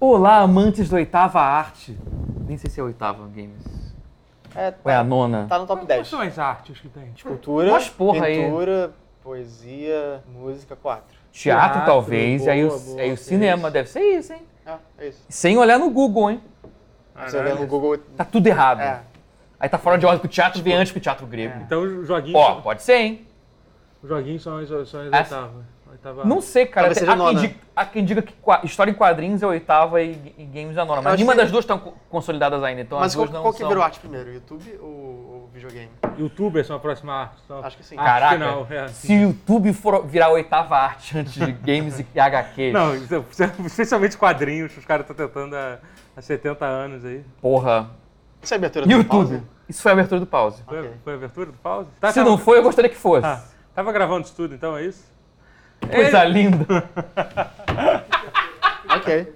Olá, amantes do Oitava Arte. Nem sei se é a oitava games. É, Ou é a nona? tá no top Quais 10. são as artes que tem? Tipo, Escultura, Mas porra aí. pintura, poesia, música, 4. Teatro, Teatro, talvez, e aí, boa, o, boa, aí o sim. cinema. Deve ser isso, hein? Ah, é isso. Sem olhar no Google, hein? Você vê no Google... Tá tudo errado. É. Aí tá fora de ordem pro teatro, vem antes pro teatro grego. Então os joguinhos, Ó, pode ser, hein? os joguinhos são as, são as Essa- oitavas. Oitava Não sei, cara. Tá. Tem- Talvez seja há, quem nona. diga, há quem diga que qua- história em quadrinhos é a oitava e, e games é a nona. Mas acho nenhuma que- das duas estão co- consolidadas ainda, então Mas as qual, duas qual não que são. virou arte primeiro? YouTube ou, ou videogame? Youtubers são a próxima arte. São Acho que sim. arte Caraca, final, é. se o YouTube for virar a oitava arte antes de games e HQ, Não, isso é- especialmente quadrinhos, os caras estão tentando há, há 70 anos aí. porra. Isso é abertura do YouTube. Pause? Isso foi a abertura do pause. Foi, Ok. foi a abertura do pause? Tá, Se não foi, eu gostaria que fosse. Ah, tava gravando isso tudo, então é isso? Coisa linda. Ok.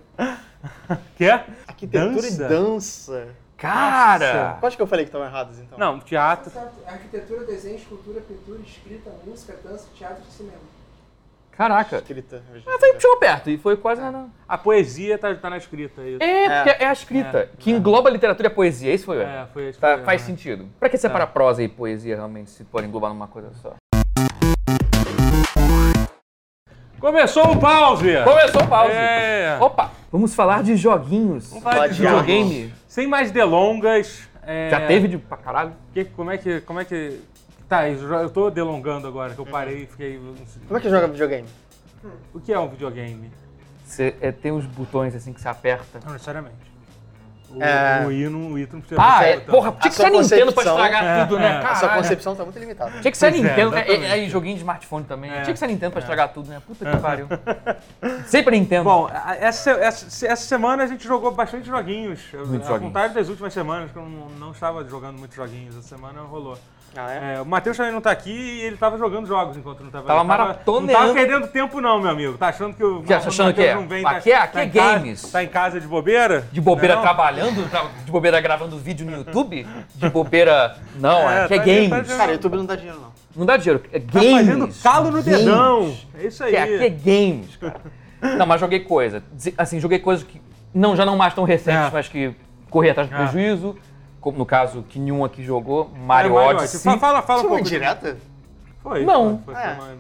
Que é? Arquitetura Dança? e dança. Cara! Quais que eu falei que estavam errados, então? Não, teatro. Arquitetura, desenho, escultura, pintura, escrita, música, dança, teatro e cinema. Caraca. Escrita. Foi, chegou perto e foi quase na... A poesia tá, tá na escrita aí. É, porque é a escrita, que engloba a literatura e a poesia, isso foi. É, foi isso. Tá, foi- faz é. sentido. Pra que separar prosa e poesia realmente se for englobar numa coisa só? Começou o pause! Começou o pause. É. Opa! Vamos falar de joguinhos. Vamos falar de Vamos. Videogame. Sem mais delongas. é, Já teve de pra caralho? que- como é que. Como é que. Tá, eu já- eu tô delongando agora, que eu parei e fiquei. Como é que joga videogame? O que é um videogame? Você é, tem uns botões assim que você aperta. Não necessariamente. O, É. o hino, o hino não precisa. Ah, não é, precisa porra, tanto. tinha que ser sua a Nintendo pra concepção- estragar É, tudo, é. né? A A sua Caralho. concepção tá muito limitada. Tinha que ser a Pois é, Nintendo, né? exatamente. E- aí joguinho de smartphone também. É. Tinha que ser a Nintendo pra estragar tudo, né? Puta que pariu. Sempre a Nintendo. Bom, a- essa, essa, essa semana a gente jogou bastante joguinhos. Ao Muitos joguinhos. contrário das últimas semanas, que eu não, não estava jogando muitos joguinhos. Essa semana rolou. Ah, É, o Matheus também não tá aqui e ele tava jogando jogos enquanto não tava Tava ele maratoneando. Não tava perdendo tempo, não, meu amigo. Tá achando que o. Que acha- achando que é? não vem, Aqui é- aqui é em casa- games. tá em casa de bobeira? De bobeira tá Não? trabalhando, tra- de bobeira gravando vídeo no YouTube, de bobeira. Não, é, É, que é tá- games. tá- Cara, YouTube não dá dinheiro, não. Não dá dinheiro, é Tá games. fazendo calo no dedão. É isso aí. Que é, aqui é games, cara. Não, mas joguei coisa. Dizer- Assim, joguei coisas que não, já não mais tão recentes, É. mas que corri atrás do É. prejuízo. Como no caso, que nenhum aqui jogou, É, Mario Odyssey. Fa- Fala, fala um Isso foi pouco. direta? Foi. Não. Foi, É. foi, uma-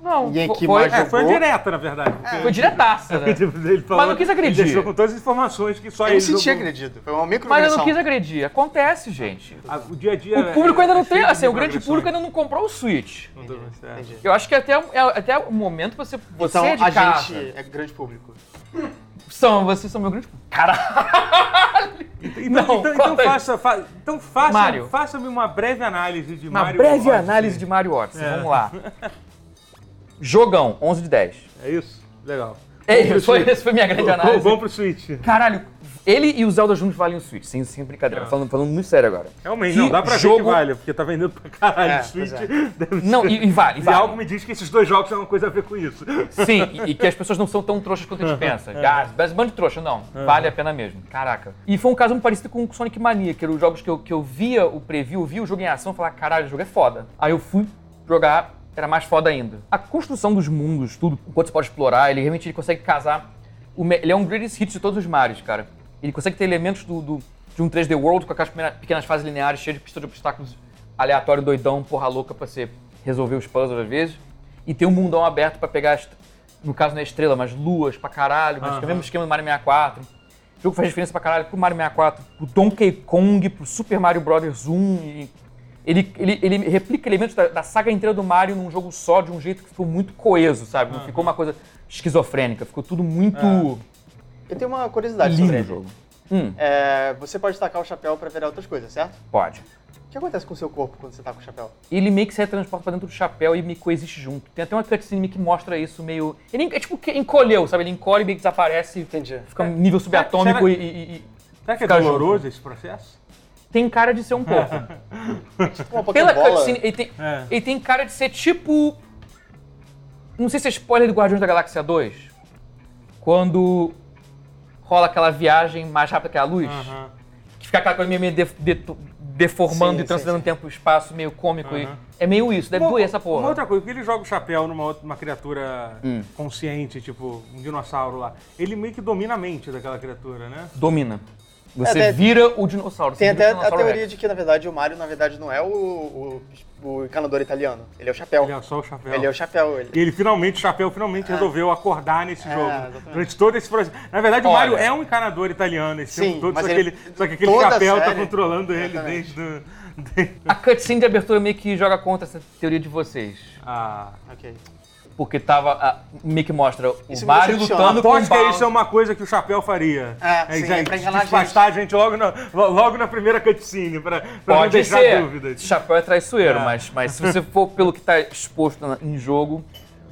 Não, Ninguém fo- aqui foi, mais é, foi Jogou. direta, na verdade. porque- foi diretaça, né? Ele falou- Mas não quis agredir. ele Deixou com todas as informações que só Eu ele não senti jogou. acredito. Foi uma Mas eu microversão. não quis agredir. Acontece, gente. Ah, O dia a dia. O público é- ainda é não tem, cheio de assim, o grande microagressões. público ainda não comprou o Switch. Não deu certo. Entendi. Eu acho que até, é até o momento você, você Então, é de a casa. gente é grande público. São, vocês são meu grande público. Caralho! Então, Não, então, então conta aí. faça, fa, então faça, Mario. faça-me uma breve análise de Uma Mario. breve Odyssey. É. análise de Mario Odyssey. Vamos lá. Jogão, 11 de 10. É isso? Legal. É, isso foi, essa foi minha grande Vamos, análise. vamos pro Switch. Caralho, ele e o Zelda juntos valem o Switch, sem, sem brincadeira. É. Falando, falando muito sério agora. Realmente, Que não, dá pra ver jogo- que vale, porque tá vendendo pra caralho É, o Switch. pois é. Deve Não, ser- e, e vale, e E algo vale. me diz que esses dois jogos têm alguma coisa a ver com isso. Sim, e, e que as pessoas não são tão trouxas quanto a gente pensa. Ah, mas bando de trouxa, não. Vale a pena mesmo. Caraca. E foi um caso muito parecido com o Sonic Mania, que eram os jogos que eu, que eu via o preview, via o jogo em ação e falava, caralho, o jogo é foda. Aí eu fui jogar, era mais foda ainda. A construção dos mundos, tudo, o quanto você pode explorar, ele realmente ele consegue casar. o me- ele é um greatest hits de todos os Marios, cara. Ele consegue ter elementos do, do- de um 3D World com aquelas primeiras- pequenas fases lineares cheias de pista de obstáculos aleatório, doidão, porra louca pra você resolver os puzzles às vezes e tem um mundão aberto pra pegar, as- no caso não é estrela, mas luas pra caralho, mas que é o mesmo esquema do Mario 64. O jogo faz diferença pra caralho pro Mario 64, pro Donkey Kong, pro Super Mario Bros. 1. e ele, ele, ele replica elementos da, da saga inteira do Mario num jogo só, de um jeito que ficou muito coeso, sabe? Não ficou uma coisa esquizofrênica, ficou tudo muito Eu tenho uma curiosidade lindo sobre o ele. jogo. Hum, É, você pode tacar o chapéu pra virar outras coisas, certo? pode. O que acontece com o seu corpo quando você tá com o chapéu? ele meio que se retransporta pra dentro do chapéu e me coexiste junto. Tem até uma cutscene que mostra isso meio. Ele é tipo que encolheu, sabe? Ele encolhe e meio que desaparece. Entendi. Fica um nível subatômico será- e, e- e- Será que é Ficar doloroso esse processo? Tem cara de ser um pouco. Tipo uma Pela Pokébola. cutscene, ele tem, É. ele tem cara de ser tipo. Não sei se é spoiler do Guardiões da Galáxia 2. Quando rola aquela viagem mais rápida que a luz. Aham. que fica aquela coisa meio, meio de, de- deformando Sim, e transcendendo sim, tempo e espaço, meio cômico. e- Aham. É meio isso, deve Uma- doer essa porra. Uma outra coisa, porque ele joga o chapéu numa outra- uma criatura Hum. consciente, tipo um dinossauro lá. Ele meio que domina a mente daquela criatura, né? Domina. Você até- vira o dinossauro. você É, Tem vira até o a dinossauro teoria Rex. de que, na verdade, o Mario, na verdade, não é o, o, o encanador italiano. Ele é o chapéu. Ele é só o chapéu. Ele é o chapéu. Ele... E ele finalmente, o chapéu finalmente resolveu acordar nesse É, jogo. exatamente. Durante todo esse processo. Na verdade, o Olha. Mario é um encanador italiano esse Sim, tempo todo, mas só que, ele- ele, só que aquele toda a chapéu tá série- controlando ele Exatamente. desde. o- desde- A cutscene de abertura meio que joga contra essa teoria de vocês. Ah. Ok. Porque tava. a- meio que mostra o Isso me Mario decepciona. lutando com o Aposto que isso é Bowser. uma coisa que o Chapéu faria. É, sim, já é pra enganar a despastar a gente logo na, lo- logo na primeira cutscene, pra, pra não Pode deixar ser. dúvidas. Chapéu é traiçoeiro, É. mas, mas se você for pelo que tá exposto na- em jogo,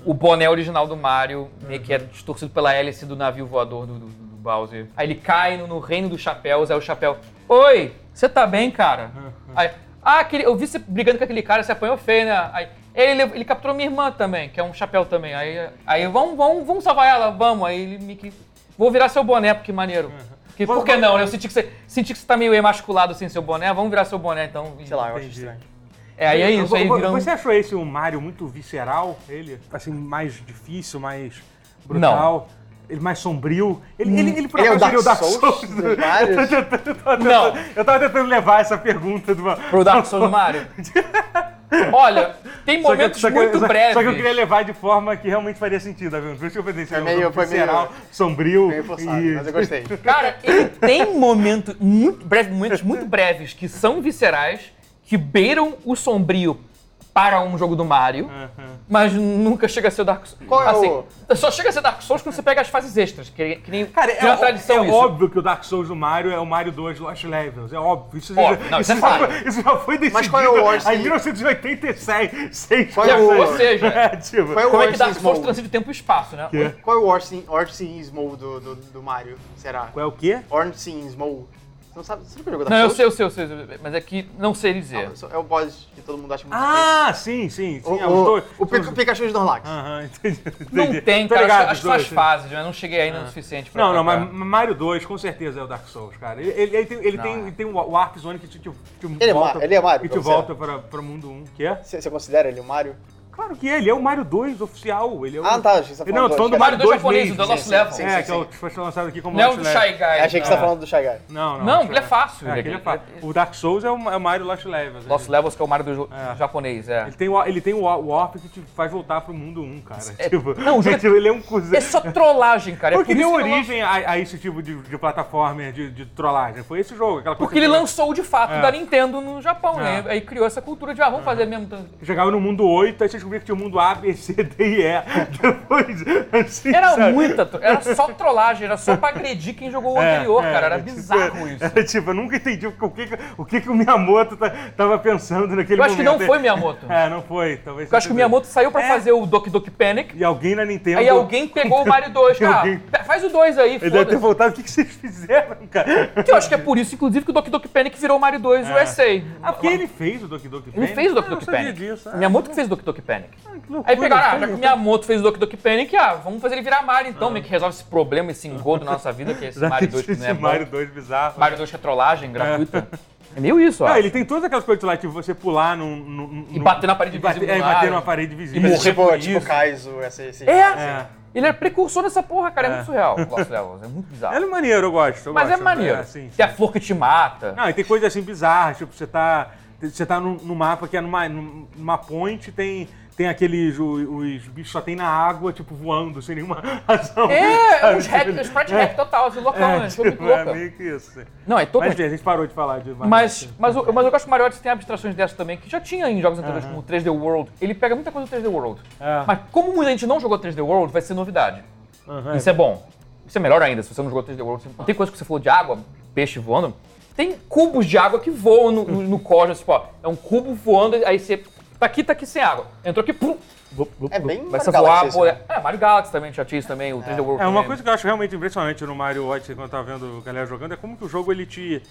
o boné original do Mario meio que é distorcido pela hélice do navio voador do, do- do Bowser. Aí ele cai no, no reino dos chapéus, aí o chapéu. Oi, você tá bem, cara? Aí, ah, aquele, eu vi você brigando com aquele cara, você apanhou feio, né? Aí, ele, ele capturou minha irmã também, que é um chapéu também. Aí, aí vamos, vamos, vamos salvar ela, vamos. Aí ele meio que. Vou virar seu boné, porque maneiro. Que, por que não? né? Eu senti que você, senti que você tá meio emasculado sem seu boné. Vamos virar seu boné, então. e- Sei lá, eu acho Entendi. estranho. É, aí é isso, aí Vo- vo- virando. Você achou esse um Mario muito visceral? Ele, assim, mais difícil, mais brutal? Ele mais sombrio? Ele, ele, ele por Ele é o acaso seria o Dark Dark Souls Souls? né? do Mario? Eu tô tentando- eu tô tentando- Não. Eu tava tentando levar essa pergunta de uma... um Pro Dark Souls do Mario. Olha, tem Só que- momentos só que- muito só que- breves. Só que eu queria levar de forma que realmente faria sentido, tá vendo? Por isso que eu pensei, Foi É meio- foi meio- visceral, sombrio Meio forçado, e- mas eu gostei. Cara, ele tem momentos muito breves, momentos muito breves que são viscerais, que beiram o sombrio para um jogo do Mario, Aham. mas nunca chega a ser Dark Souls. Qual é assim, o- Só chega a ser Dark Souls quando você pega as fases extras, que, que nem Cara, que é, é uma ó- tradição é isso. óbvio que o Dark Souls do Mario é o Mario 2 Lost Levels. É óbvio. Isso, Óbvio, não, isso é já, fato. foi- isso já foi decidido Mas qual é o Orson? em 1986. seis Qual é o- pessoas. Ou seja, É, tipo, Qual é o Como é que Orson Dark Souls Small? transcende tempo e espaço, né? Quê? Qual é o Orson, Orson Small do, do, do Mario? Será? Qual é o quê? Orson Small. Você não sabe? Você nunca jogou Tá Não, eu Dark Souls? sei, eu sei, eu sei, eu sei, mas é que não sei dizer. É o boss que todo mundo acha muito Ah, sim, sim. sim feio. é, o, os o, dois- Ah, o, Pic- os- Pikachu e Snorlax. Aham, entendi, entendi. Não tem, Tô cara, ligado, as os suas dois, sim. Ah. fases, né? Eu não cheguei ainda o suficiente pra Não, não, comprar. mas Mario 2 com certeza é o Dark Souls, cara. Ele, ele, ele tem, ele Não, tem, é. ele tem o, o Arc Zone que te, te, te é volta, Mario, ele é Mario, que te pra você. volta para, para o mundo 1, que é? Você, você considera ele o Mario? Claro que é, ele é o Mario 2 oficial. Ele é o... Ah, tá, achei que você Não, falou tô falando do Mario Mario 2 2 japonês, o mesmo. do Lost sim, Level. sim. É, um que é o que foi lançado aqui como Não é o Lost do Level. Shy Guy. achei que você não. tá falando do Shy Guy. Não, não. Não, Lost ele é Levels. fácil, É, ele- aquele é ele- fácil. O Dark Souls é o, é o Mario Lost Levels. Lost ele, Levels, que é o Mario do É. japonês, é. ele tem, o- ele tem o wa- Warp que te faz voltar pro mundo 1, cara. É- Tipo, não, o jogo é- tipo, ele é um cuzão. É só trollagem, cara. É Porque por deu isso que eu não- origem a, a esse tipo de, de plataforma, de, de trollagem. Foi esse jogo, aquela coisa. Porque ele que- lançou de fato É. da Nintendo no Japão, né? É. Aí criou essa cultura de, ah, vamos fazer mesmo. tanto. Chegava no mundo 8, aí você descobria que tinha o mundo A, B, C, D e E. Depois, assim, Era sabe? muita. tro- Era só trollagem, era só pra agredir quem jogou o É, anterior, é, cara. Era tipo, bizarro isso. é, tipo, eu nunca entendi o que, o que, que- o, que que o Miyamoto tá, tava pensando naquele momento. Eu acho que não foi Miyamoto. É, não foi. Talvez Eu acho que o Miyamoto saiu pra É. fazer o Doki Doki Panic. E alguém na Nintendo... Aí alguém pegou o Mario 2, cara. Alguém- pe- Faz o 2 aí, Ele deve ter foda-se. voltado. O que, que vocês fizeram, cara? Que eu acho que é por isso, inclusive, que o Doki Doki Panic virou o Mario 2 USA. Ah, porque ele fez o Doki Doki Ele Panic? fez o Doki Ah, eu não Doki sabia Panic. disso, ah. Miyamoto que fez o Doki Doki Panic. Que loucura, Aí pegaram, ah, já cara. que o Miyamoto fez o Doki Doki Panic, ah, vamos fazer ele virar Mario É. então, meio que resolve esse problema, esse engodo na nossa vida, que é esse Mario 2 que não é Esse bom. Mario Mario, 2 bizarro. 2 que é trollagem gratuita. É meio isso, ó. Ah, ele tem todas aquelas coisas lá, tipo, você pular num... num- num- E bater na parede e bater- invisível É, do bater Mario. numa parede E invisível. morrer. Tipo, Tipo tipo isso. Kaizo, esse, esse É? É. Ele é precursor dessa porra, cara, é, É. muito surreal. Lost Levels, é muito bizarro. Ela é maneiro, eu gosto. eu Mas é gosto, maneiro. sim, sim. Tem a flor que te mata. Não, e tem coisas assim bizarras, tipo, você tá. Você tá num, num mapa que é numa, num- numa ponte, tem, tem aqueles. o- Os, bichos só tem na água, tipo, voando, sem nenhuma razão. É, é sabe? uns hack, uns sprite hack total, assim, loucão, né? É, Ficou muito tipo, é louco. meio que isso. Não, é todo Mas enfim, a gente parou de falar de Mario. Mas, mas, eu, mas eu gosto que o Mario Odyssey tem abstrações dessas também, que já tinha em jogos anteriores, como o 3D World. Ele pega muita coisa do 3D World. É. Mas como muita gente não jogou 3D World, vai ser novidade. Aham, Isso é bom. Isso é melhor ainda, se você não jogou 3D World. você- Tem coisa que você falou de água, peixe voando. Tem cubos de água que voam no, no, no cosmos, tipo, ó, é um cubo voando, aí você... Tá aqui, tá aqui sem água. Entrou aqui, pum, É bem começa a Mario voar. Galaxy pô, esse, é, é, Mario Galaxy também, já tinha isso também, o 3D World É uma também. coisa que eu acho realmente impressionante no Mario Odyssey quando eu tava vendo a galera jogando é como que o jogo ele te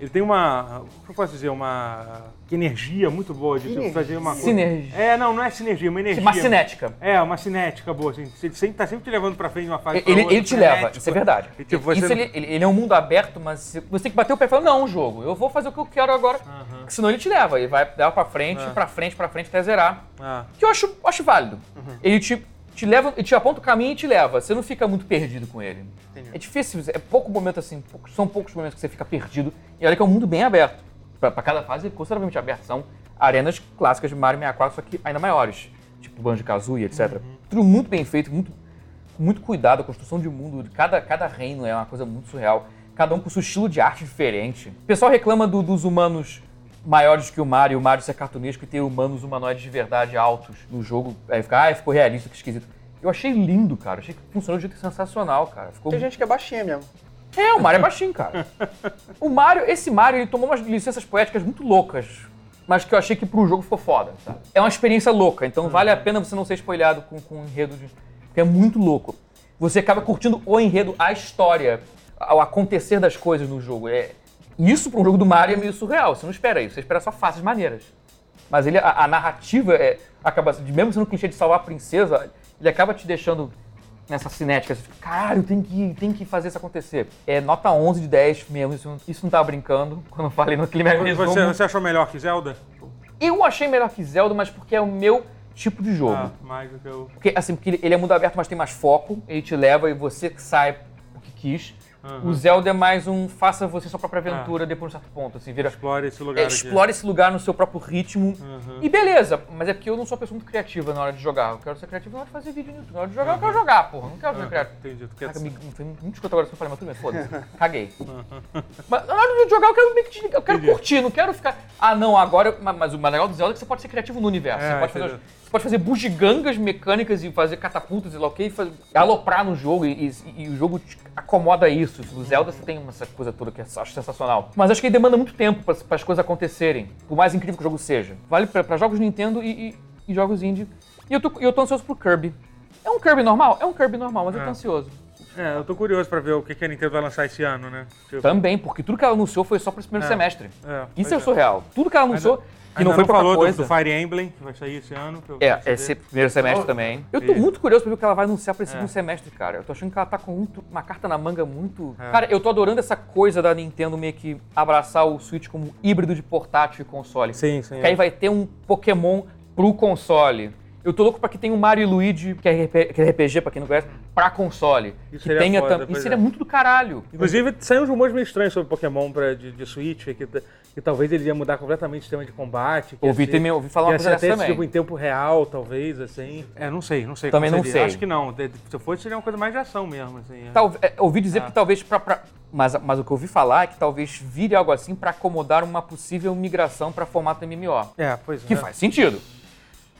ele tem uma, como eu posso dizer, uma energia muito boa de Sinergia. fazer uma coisa. Sinergia. É, não, não é sinergia, é uma energia. Uma cinética. É, uma cinética boa, assim. Você sempre, tá sempre te levando pra frente uma fase pra Ele, outra, ele te frenético. leva, isso é verdade. E, tipo, você Isso não- ele, ele- ele é um mundo aberto, mas você você tem que bater o pé e falar, não, jogo, eu vou fazer o que eu quero agora. Que Senão ele te leva, ele vai leva pra frente, É. pra frente, pra frente, até zerar. Ah. Que eu acho, acho válido. Uhum. Ele te, te leva, ele te aponta o caminho e te leva. Você não fica muito perdido com ele. É difícil, é pouco momento assim, pouco- são poucos momentos que você fica perdido. E olha que é um mundo bem aberto. Pra, pra cada fase é consideravelmente aberto. São arenas clássicas de Mario 64, só que ainda maiores. Tipo Banjo-Kazooie, etc. Uhum. Tudo muito bem feito, muito, com muito cuidado. A construção de mundo, cada, cada reino é uma coisa muito surreal. Cada um com seu estilo de arte diferente. O pessoal reclama do- dos humanos maiores que o Mario, o Mario ser cartunesco e ter humanos humanoides de verdade altos no jogo. Aí fica, ah, ficou realista, que esquisito. Eu achei lindo, cara. Achei que funcionou de um jeito sensacional, cara. Ficou Tem gente que é baixinha mesmo. é, o Mario é baixinho, cara. O Mario, esse Mario, ele tomou umas licenças poéticas muito loucas, mas que eu achei que pro jogo ficou foda, sabe? É uma experiência louca, então vale a pena você não ser spoilado com, com o enredo, de, porque é muito louco. Você acaba curtindo o enredo, a história, o acontecer das coisas no jogo. É, isso pra um jogo do Mario é meio surreal, você não espera isso, você espera só fases maneiras. Mas ele, a, a narrativa é, acaba, de- mesmo sendo um clichê de salvar a princesa, ele acaba te deixando nessa cinética. Você fica, caralho, tem que, tem que fazer isso acontecer. É nota 11 de 10 mesmo, isso, não- isso não tava brincando, quando eu falei no clima E resumo. você, você achou melhor que Zelda? Eu achei melhor que Zelda, mas porque é o meu tipo de jogo. Ah, mais do que eu. Porque, assim, porque ele- ele é mundo aberto, mas tem mais foco, ele te leva e você que sai o que quis. Aham. Ah. O Zelda é mais um faça você sua própria aventura depois de um certo ponto, assim, vira Explore esse lugar é, aqui. Uhum. explora esse lugar no seu próprio ritmo. E beleza, mas é porque eu não sou uma pessoa muito criativa na hora de jogar. Eu quero ser criativo na hora de fazer vídeo no YouTube. Na hora de jogar, eu quero jogar, porra. Não É. quero ser criativo. Ah, Entendi. Tu quer Caraca, me, foi muito escuto agora isso que eu falei, mas tudo bem, foda-se. Caguei. mas na hora de jogar, eu quero, meio que desligar, eu quero Entendi. curtir, não quero ficar. Ah, não, agora. eu- Mas, mas o mais legal do Zelda é que você pode ser criativo no universo. É, você, pode fazer, entendi. você pode fazer bugigangas mecânicas e fazer catapultas e lá o quê, e faz- aloprar no jogo. E, e- e o jogo te acomoda isso. O Zelda você tem essa coisa toda que eu acho sensacional. Mas acho que ele demanda muito tempo para as coisas acontecerem, por mais incrível que o jogo seja. Vale para jogos Nintendo e, e- e jogos indie. E eu tô, eu tô ansioso pro Kirby. É um Kirby normal? É um Kirby normal, mas eu tô ansioso. É, eu tô curioso pra ver o que que a Nintendo vai lançar esse ano, né? Tipo, Também, porque tudo que ela anunciou foi só pro primeiro É. semestre. É, Então, Isso pois é, é. surreal. Tudo que ela anunciou, e ainda não foi pouca falou do- coisa. do Fire Emblem, que vai sair esse ano. que eu quero É, saber. esse primeiro semestre também. Eu tô Isso. muito curioso pra ver o que ela vai anunciar pra É. esse segundo semestre, cara. Eu tô achando que ela tá com muito- uma carta na manga muito. É. Cara, eu tô adorando essa coisa da Nintendo meio que abraçar o Switch como híbrido de portátil e console. Sim, sim. Que aí vai ter um Pokémon pro console. Eu tô louco pra que tenha um Mario e Luigi, que é RP que é RPG, pra quem não conhece, pra console. que Isso seria tenha foda, tam- pois Isso seria é. muito do caralho. Inclusive, saiu uns rumores meio estranhos sobre Pokémon pra, de, de Switch, que, t- que talvez ele ia mudar completamente o sistema de combate. que ia Ouvi, ser- também, ouvi falar uma ia coisa ser dessa até também. tipo em tempo real, talvez, assim. É, não sei, não sei. Também como não seria. sei. Acho que não. De- de- Se fosse, seria uma coisa mais de ação mesmo, assim. é. Talve- é, ouvi dizer que talvez pra, pra- mas, mas o que eu ouvi falar é que talvez vire algo assim pra acomodar uma possível migração pra formato MMO. É, pois é. Que faz sentido.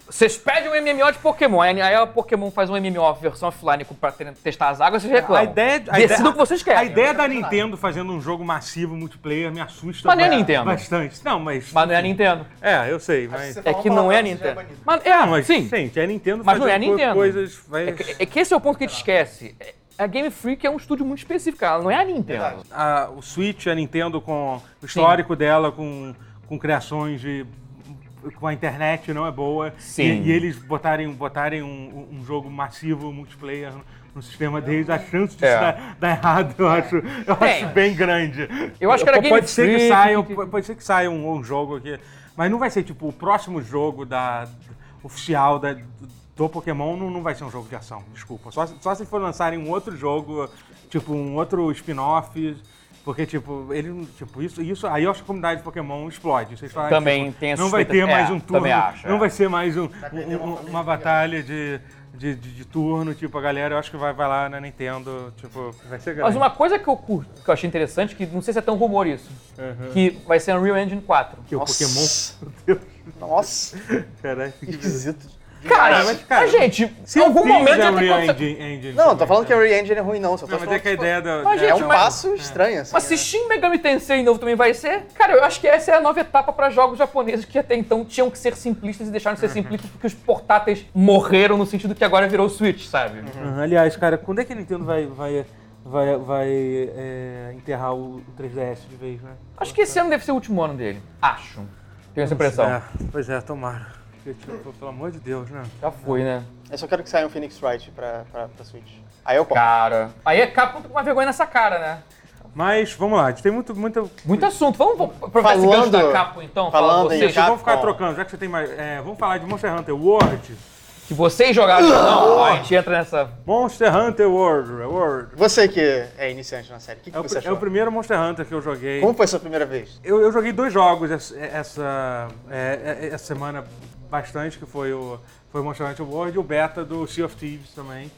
Vocês pedem um MMO de Pokémon, aí aí a Pokémon faz um MMO versão offline com- pra te- testar as águas, vocês reclamam. É, A ideia, a Decidam ideia- o que vocês querem. A ideia da Nintendo fazendo um jogo massivo multiplayer me assusta Mas não é ba- Nintendo. bastante. Não, mas. Mas não é a Nintendo. É, eu sei, mas. É que não é a Nintendo. Mas, é, Ah, mas sim. Gente, é a Nintendo Mas não é fazendo a Nintendo. coisas. vai- É que, é que esse é o ponto que a gente esquece. É- A Game Freak é um estúdio muito específico, ela não é a Nintendo. a- o Switch, a Nintendo, com o histórico dela, com, com criações de. com a internet não é boa. Sim. E, e eles botarem, botarem um, um jogo massivo, multiplayer. No sistema deles, a chance disso É. dar, dar errado, eu acho, eu Tem. acho bem grande. Eu acho que era pode Game ser Freak, que saia, que- Pode ser que saia um, um jogo aqui. Mas não vai ser, tipo, o próximo jogo da, oficial da- do Pokémon não, não vai ser um jogo de ação, desculpa. Só, se- só se for lançarem um outro jogo, tipo, um outro spin-off. Porque, tipo, ele. Tipo, isso, isso. Aí eu acho que a comunidade de Pokémon explode. Vocês falam, Também tipo, tem essa Não vai ter expecta- mais é, um turno. também acho, não é. vai ser mais um, um- um- uma batalha de, de, de- de turno, tipo, a galera eu acho que vai, vai lá na Nintendo, tipo, vai ser grande. Mas uma coisa que eu curto, que eu achei interessante, que não sei se é tão rumor isso, Uhum. que vai ser Unreal Engine 4. Que o Pokémon. Nossa, Caralho, que que esquisito. Cara, Cara, mas, mas, cara, gente, em algum momento é já o tem Real conta... Engine, Engine. Não, não tô falando que a Re-Engine é ruim, não. Só tô Não, mas é falando que a ideia da. Mas, é, É gente, um mas- passo estranho, assim. Mas se Shin tipo, Megami Tensei novo também vai ser, cara, eu acho que essa é a nova etapa para jogos japoneses que até então tinham que ser simplistas e deixaram de ser simplistas porque os portáteis morreram no sentido que agora virou Switch, sabe? Uhum, Aliás, cara, quando é que a Nintendo vai, vai, vai, vai é, enterrar o o 3DS de vez, né? Acho que esse ano deve ser o último ano dele. Acho. Tenho essa impressão. É, pois é, tomara. Porque, tipo, pelo amor de Deus, né? Já foi, né? Eu só quero que saia um Phoenix Wright pra, pra, pra Switch. Aí eu compro. Cara. Aí é Capcom com uma vergonha nessa cara, né? Mas vamos lá, a gente tem muito, muita. Muito assunto. Vamos, vamos aproveitar esse gancho Falando- da Capcom, então. falar falando em vocês, Capcom. Vamos ficar trocando, já que você tem mais. é, vamos falar de Monster Hunter World. que vocês jogaram. Não, a gente entra nessa... Monster Hunter World. é World. Você que é iniciante na série, o que, que É o, você pri- achou? é o primeiro Monster Hunter que eu joguei. Como foi a sua primeira vez? Eu, eu joguei dois jogos essa, essa, é, é, essa semana bastante, que foi o, foi o Monster Hunter World e o beta do Sea of Thieves também.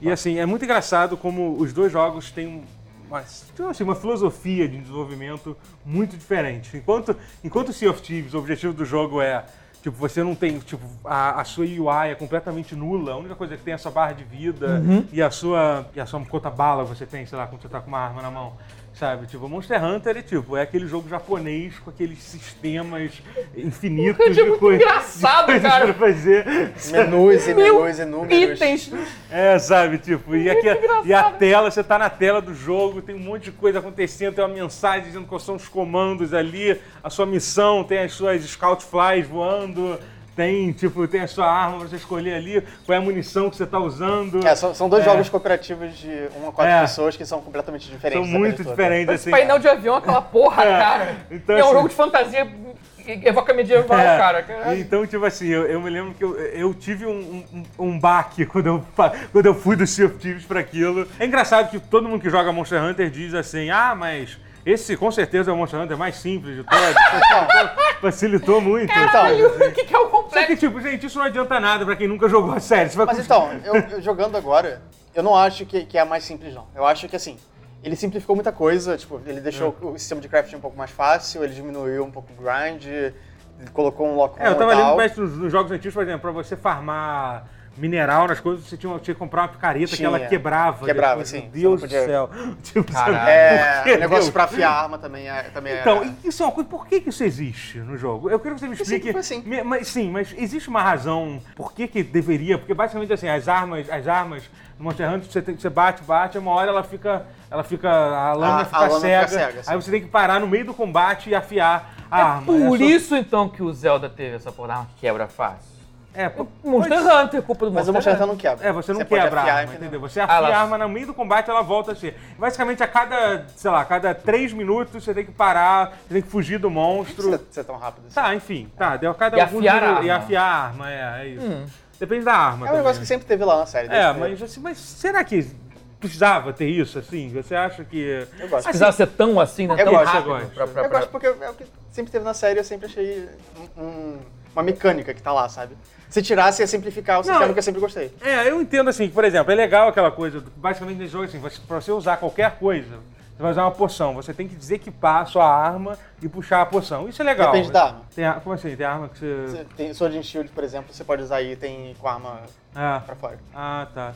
E assim, é muito engraçado como os dois jogos têm um, uma, tipo assim, uma filosofia de desenvolvimento muito diferente. Enquanto, enquanto o Sea of Thieves, o objetivo do jogo é Tipo, você não tem, tipo, a, a sua UI é completamente nula. A única coisa que tem é a sua barra de vida Uhum. e a sua e a sua conta bala que você tem, sei lá, quando você tá com uma arma na mão. Sabe? Tipo, Monster Hunter é tipo, é aquele jogo japonês com aqueles sistemas infinitos Cara, é de muito coisas- engraçado, de coisas cara. pra fazer. Menus e Mil menus e números. Itens. É, sabe, tipo, e, aqui, e a tela, você tá na tela do jogo, tem um monte de coisa acontecendo, tem uma mensagem dizendo quais são os comandos ali, a sua missão, tem as suas Scout Flies voando, tem, tipo, tem a sua arma pra você escolher ali, qual é a munição que você tá usando. É, são, são dois É. jogos cooperativos de uma a quatro É. pessoas que são completamente diferentes. né, são da muito coisa toda. diferentes, Esse assim. painel de avião, aquela porra, É, cara. então, é um assim- jogo de fantasia que evoca medieval, É, cara. Caralho. Então, tipo assim, eu, eu me lembro que eu, eu tive um, um, um baque quando eu, fa- quando eu fui do Sea of Thieves pra aquilo. É engraçado que todo mundo que joga Monster Hunter diz assim, ah, mas esse com certeza é o Monster Hunter mais simples de todos. facilitou, facilitou muito. Caralho, Então, o que, que é o assim, Só complexo? que, tipo, gente, isso não adianta nada pra quem nunca jogou a série. Você vai mas então, eu, eu jogando agora, eu não acho que, que é a mais simples, não. Eu acho que assim, ele simplificou muita coisa, tipo, ele deixou É. o sistema de crafting um pouco mais fácil, ele diminuiu um pouco o grind, ele colocou um lock É, eu on tava e tal. lendo parece, nos, nos jogos antigos, por exemplo, pra você farmar mineral nas coisas, você tinha, tinha que comprar uma picareta que Tinha. ela quebrava. Quebrava, depois. sim. Meu Você não Deus podia- do céu. Tipo, sabe? Caralho. É, Por quê, o negócio Deus? pra afiar arma também é. Também é- Então, e isso é uma coisa, por que, que isso existe no jogo? Eu quero que você me explique. sempre foi assim. me- mas, sim, mas existe uma razão por que, que deveria? Porque basicamente assim, as armas, as armas no Monster Hunter, você, tem, você bate, bate, uma hora ela fica. Ela fica. A lâmina Ah, a fica lâmina cega. fica cega, sim. aí você tem que parar no meio do combate e afiar a arma. Por É só- isso, então, que o Zelda teve essa porra da arma quebra fácil. É, pô- Monster pois- Hunter, culpa do mas então o Monster Monster Hunter Hunter. não quebra. É, você não pode quebra a afiar, arma, entendeu? Você afia Ah, ela- a arma no meio do combate, ela volta a ser. Basicamente, a cada, sei lá, a cada três minutos você tem que parar, você tem que fugir do monstro. Não precisa ser tão rápido assim. Tá, enfim, tá. Deu a cada E alguns afiar a minutos- E arma. Hum. afiar a arma, é, é isso. Depende da arma. É um negócio que também. sempre teve lá na série. É, desde- mas, assim, mas será que precisava ter isso, assim? Você acha que. Eu gosto. Precisava ser tão assim, né? Eu tão gosto, eu rápido gosto. pra- pra- Eu pra- gosto porque é o que sempre teve na série, eu sempre achei um- um- uma mecânica que tá lá, sabe? Se tirasse, ia simplificar o sistema eu- que eu sempre gostei. É, eu entendo assim, por exemplo, é legal aquela coisa, basicamente nesse jogo assim, você- pra você usar qualquer coisa, você vai usar uma poção, você tem que desequipar a sua arma e puxar a poção. Isso é legal. Depende da arma. Tem a- como assim? Tem arma que você. Você tem Sword and Shield, por exemplo, você pode usar item com a arma Ah. pra fora. Ah, tá.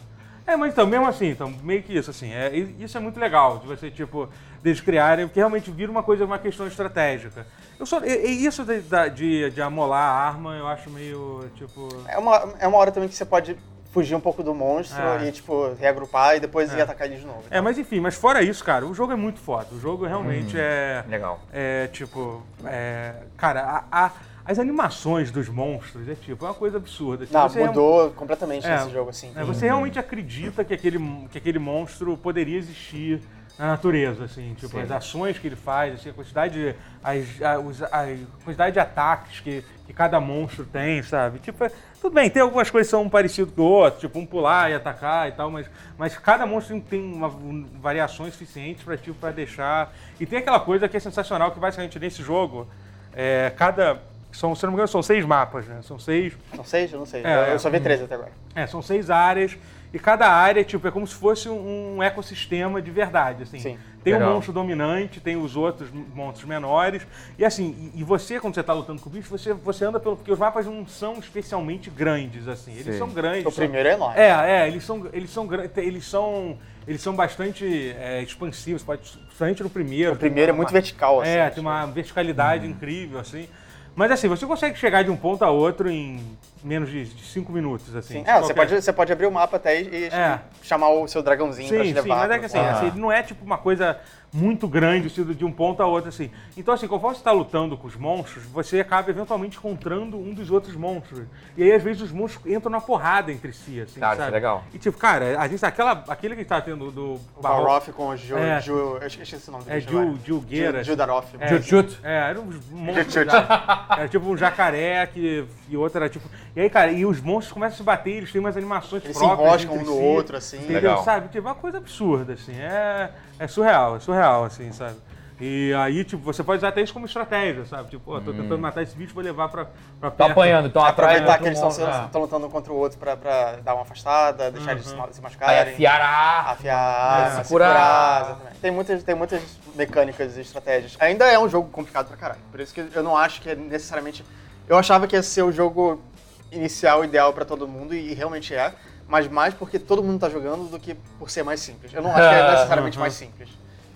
É, mas então, mesmo assim, então, meio que isso, assim, é, i- isso é muito legal de você, tipo, deles criarem, porque realmente vira uma coisa, uma questão estratégica. Eu só, e, e isso de, da- de, de amolar a arma, eu acho meio, tipo... É uma, é uma hora também que você pode fugir um pouco do monstro É. e, tipo, reagrupar e depois ir atacar ele de novo. É, mas enfim, mas fora isso, cara, o jogo é muito foda, o jogo realmente é... Legal. É, tipo, é, cara, a- a- as animações dos monstros é, tipo, é uma coisa absurda. Tipo, Não, você- Tá, mudou completamente É. nesse jogo, assim. É, você realmente acredita que aquele, que aquele monstro poderia existir na natureza, assim, tipo, Sim. as ações que ele faz, assim, a quantidade de, as, a, os- a quantidade de ataques que, que cada monstro tem, sabe? Tipo, é- tudo bem, tem algumas coisas que são um parecido com o outro, tipo, um pular e atacar e tal, mas, mas cada monstro tem uma, um, variações suficientes pra, tipo, pra deixar... E tem aquela coisa que é sensacional, que basicamente nesse jogo, é, cada... São, se eu não me engano, são seis mapas, né? São seis... Não sei, eu não sei. É, eu, eu só vi três até agora. É, são seis áreas e cada área tipo, é como se fosse um, um ecossistema de verdade. Assim. Sim. Tem um Legal. monstro dominante, tem os outros monstros menores. E assim, e, e você, quando você está lutando com o bicho, você, você anda pelo. Porque os mapas não são especialmente grandes, assim. Eles Sim. são grandes. O são- primeiro é enorme. é, é, eles são, eles são, gran- eles são, eles são bastante é, expansivos, pode- principalmente no primeiro. O primeiro é muito vertical, assim. É, tem uma verticalidade incrível, assim. Mas assim, você consegue chegar de um ponto a outro em menos de de cinco minutos, assim. Sim. de É, você qualquer- pode, você pode abrir o mapa até e, e É. chamar o seu dragãozinho pra te Sim, levar. sim, mas é que pra- assim, assim, não é tipo uma coisa muito grande, sido de um ponto a outro, assim. Então, assim, conforme você está lutando com os monstros, você acaba eventualmente encontrando um dos outros monstros. E aí, às vezes, os monstros entram na porrada entre si, assim, Cara, isso sabe? é legal. E tipo, cara, a gente, aquela, aquele que está tendo do O Barro- Barof com o Ju, É. Ju- eu esqueci esse nome do É, bicho agora. Ju- Jugueira. Ju, Ju Darof. É, Jujutsu. É, era uns monstros. Jujutsu. Era tipo um jacaré que, e outro era tipo. E aí, cara, e os monstros começam a se bater, eles têm umas animações Eles se próprias. enroscam entre um no si, outro, assim. Entendeu? Legal. Sabe? Tipo, uma coisa absurda, assim. É, é surreal, é surreal, assim, sabe? E aí, tipo, você pode usar até isso como estratégia, sabe? Tipo, ó, tô tentando matar esse bicho, vou levar pra, Hum. Tá pra perto. apanhando, então atrás. Aproveitar do- que eles estão É. Ah. lutando um contra o outro pra, pra dar uma afastada, deixar Uhum. eles se ma- se Aí é machucarem. afiar a arma. Afiar a arma, É, se segurar. curar, exatamente. Tem muitas, tem muitas mecânicas e estratégias. Ainda é um jogo complicado pra caralho. Por isso que eu não acho que é necessariamente. Eu achava que ia ser o jogo inicial ideal pra todo mundo, e realmente é. Mas mais porque todo mundo tá jogando do que por ser mais simples. Eu não acho que é necessariamente mais simples.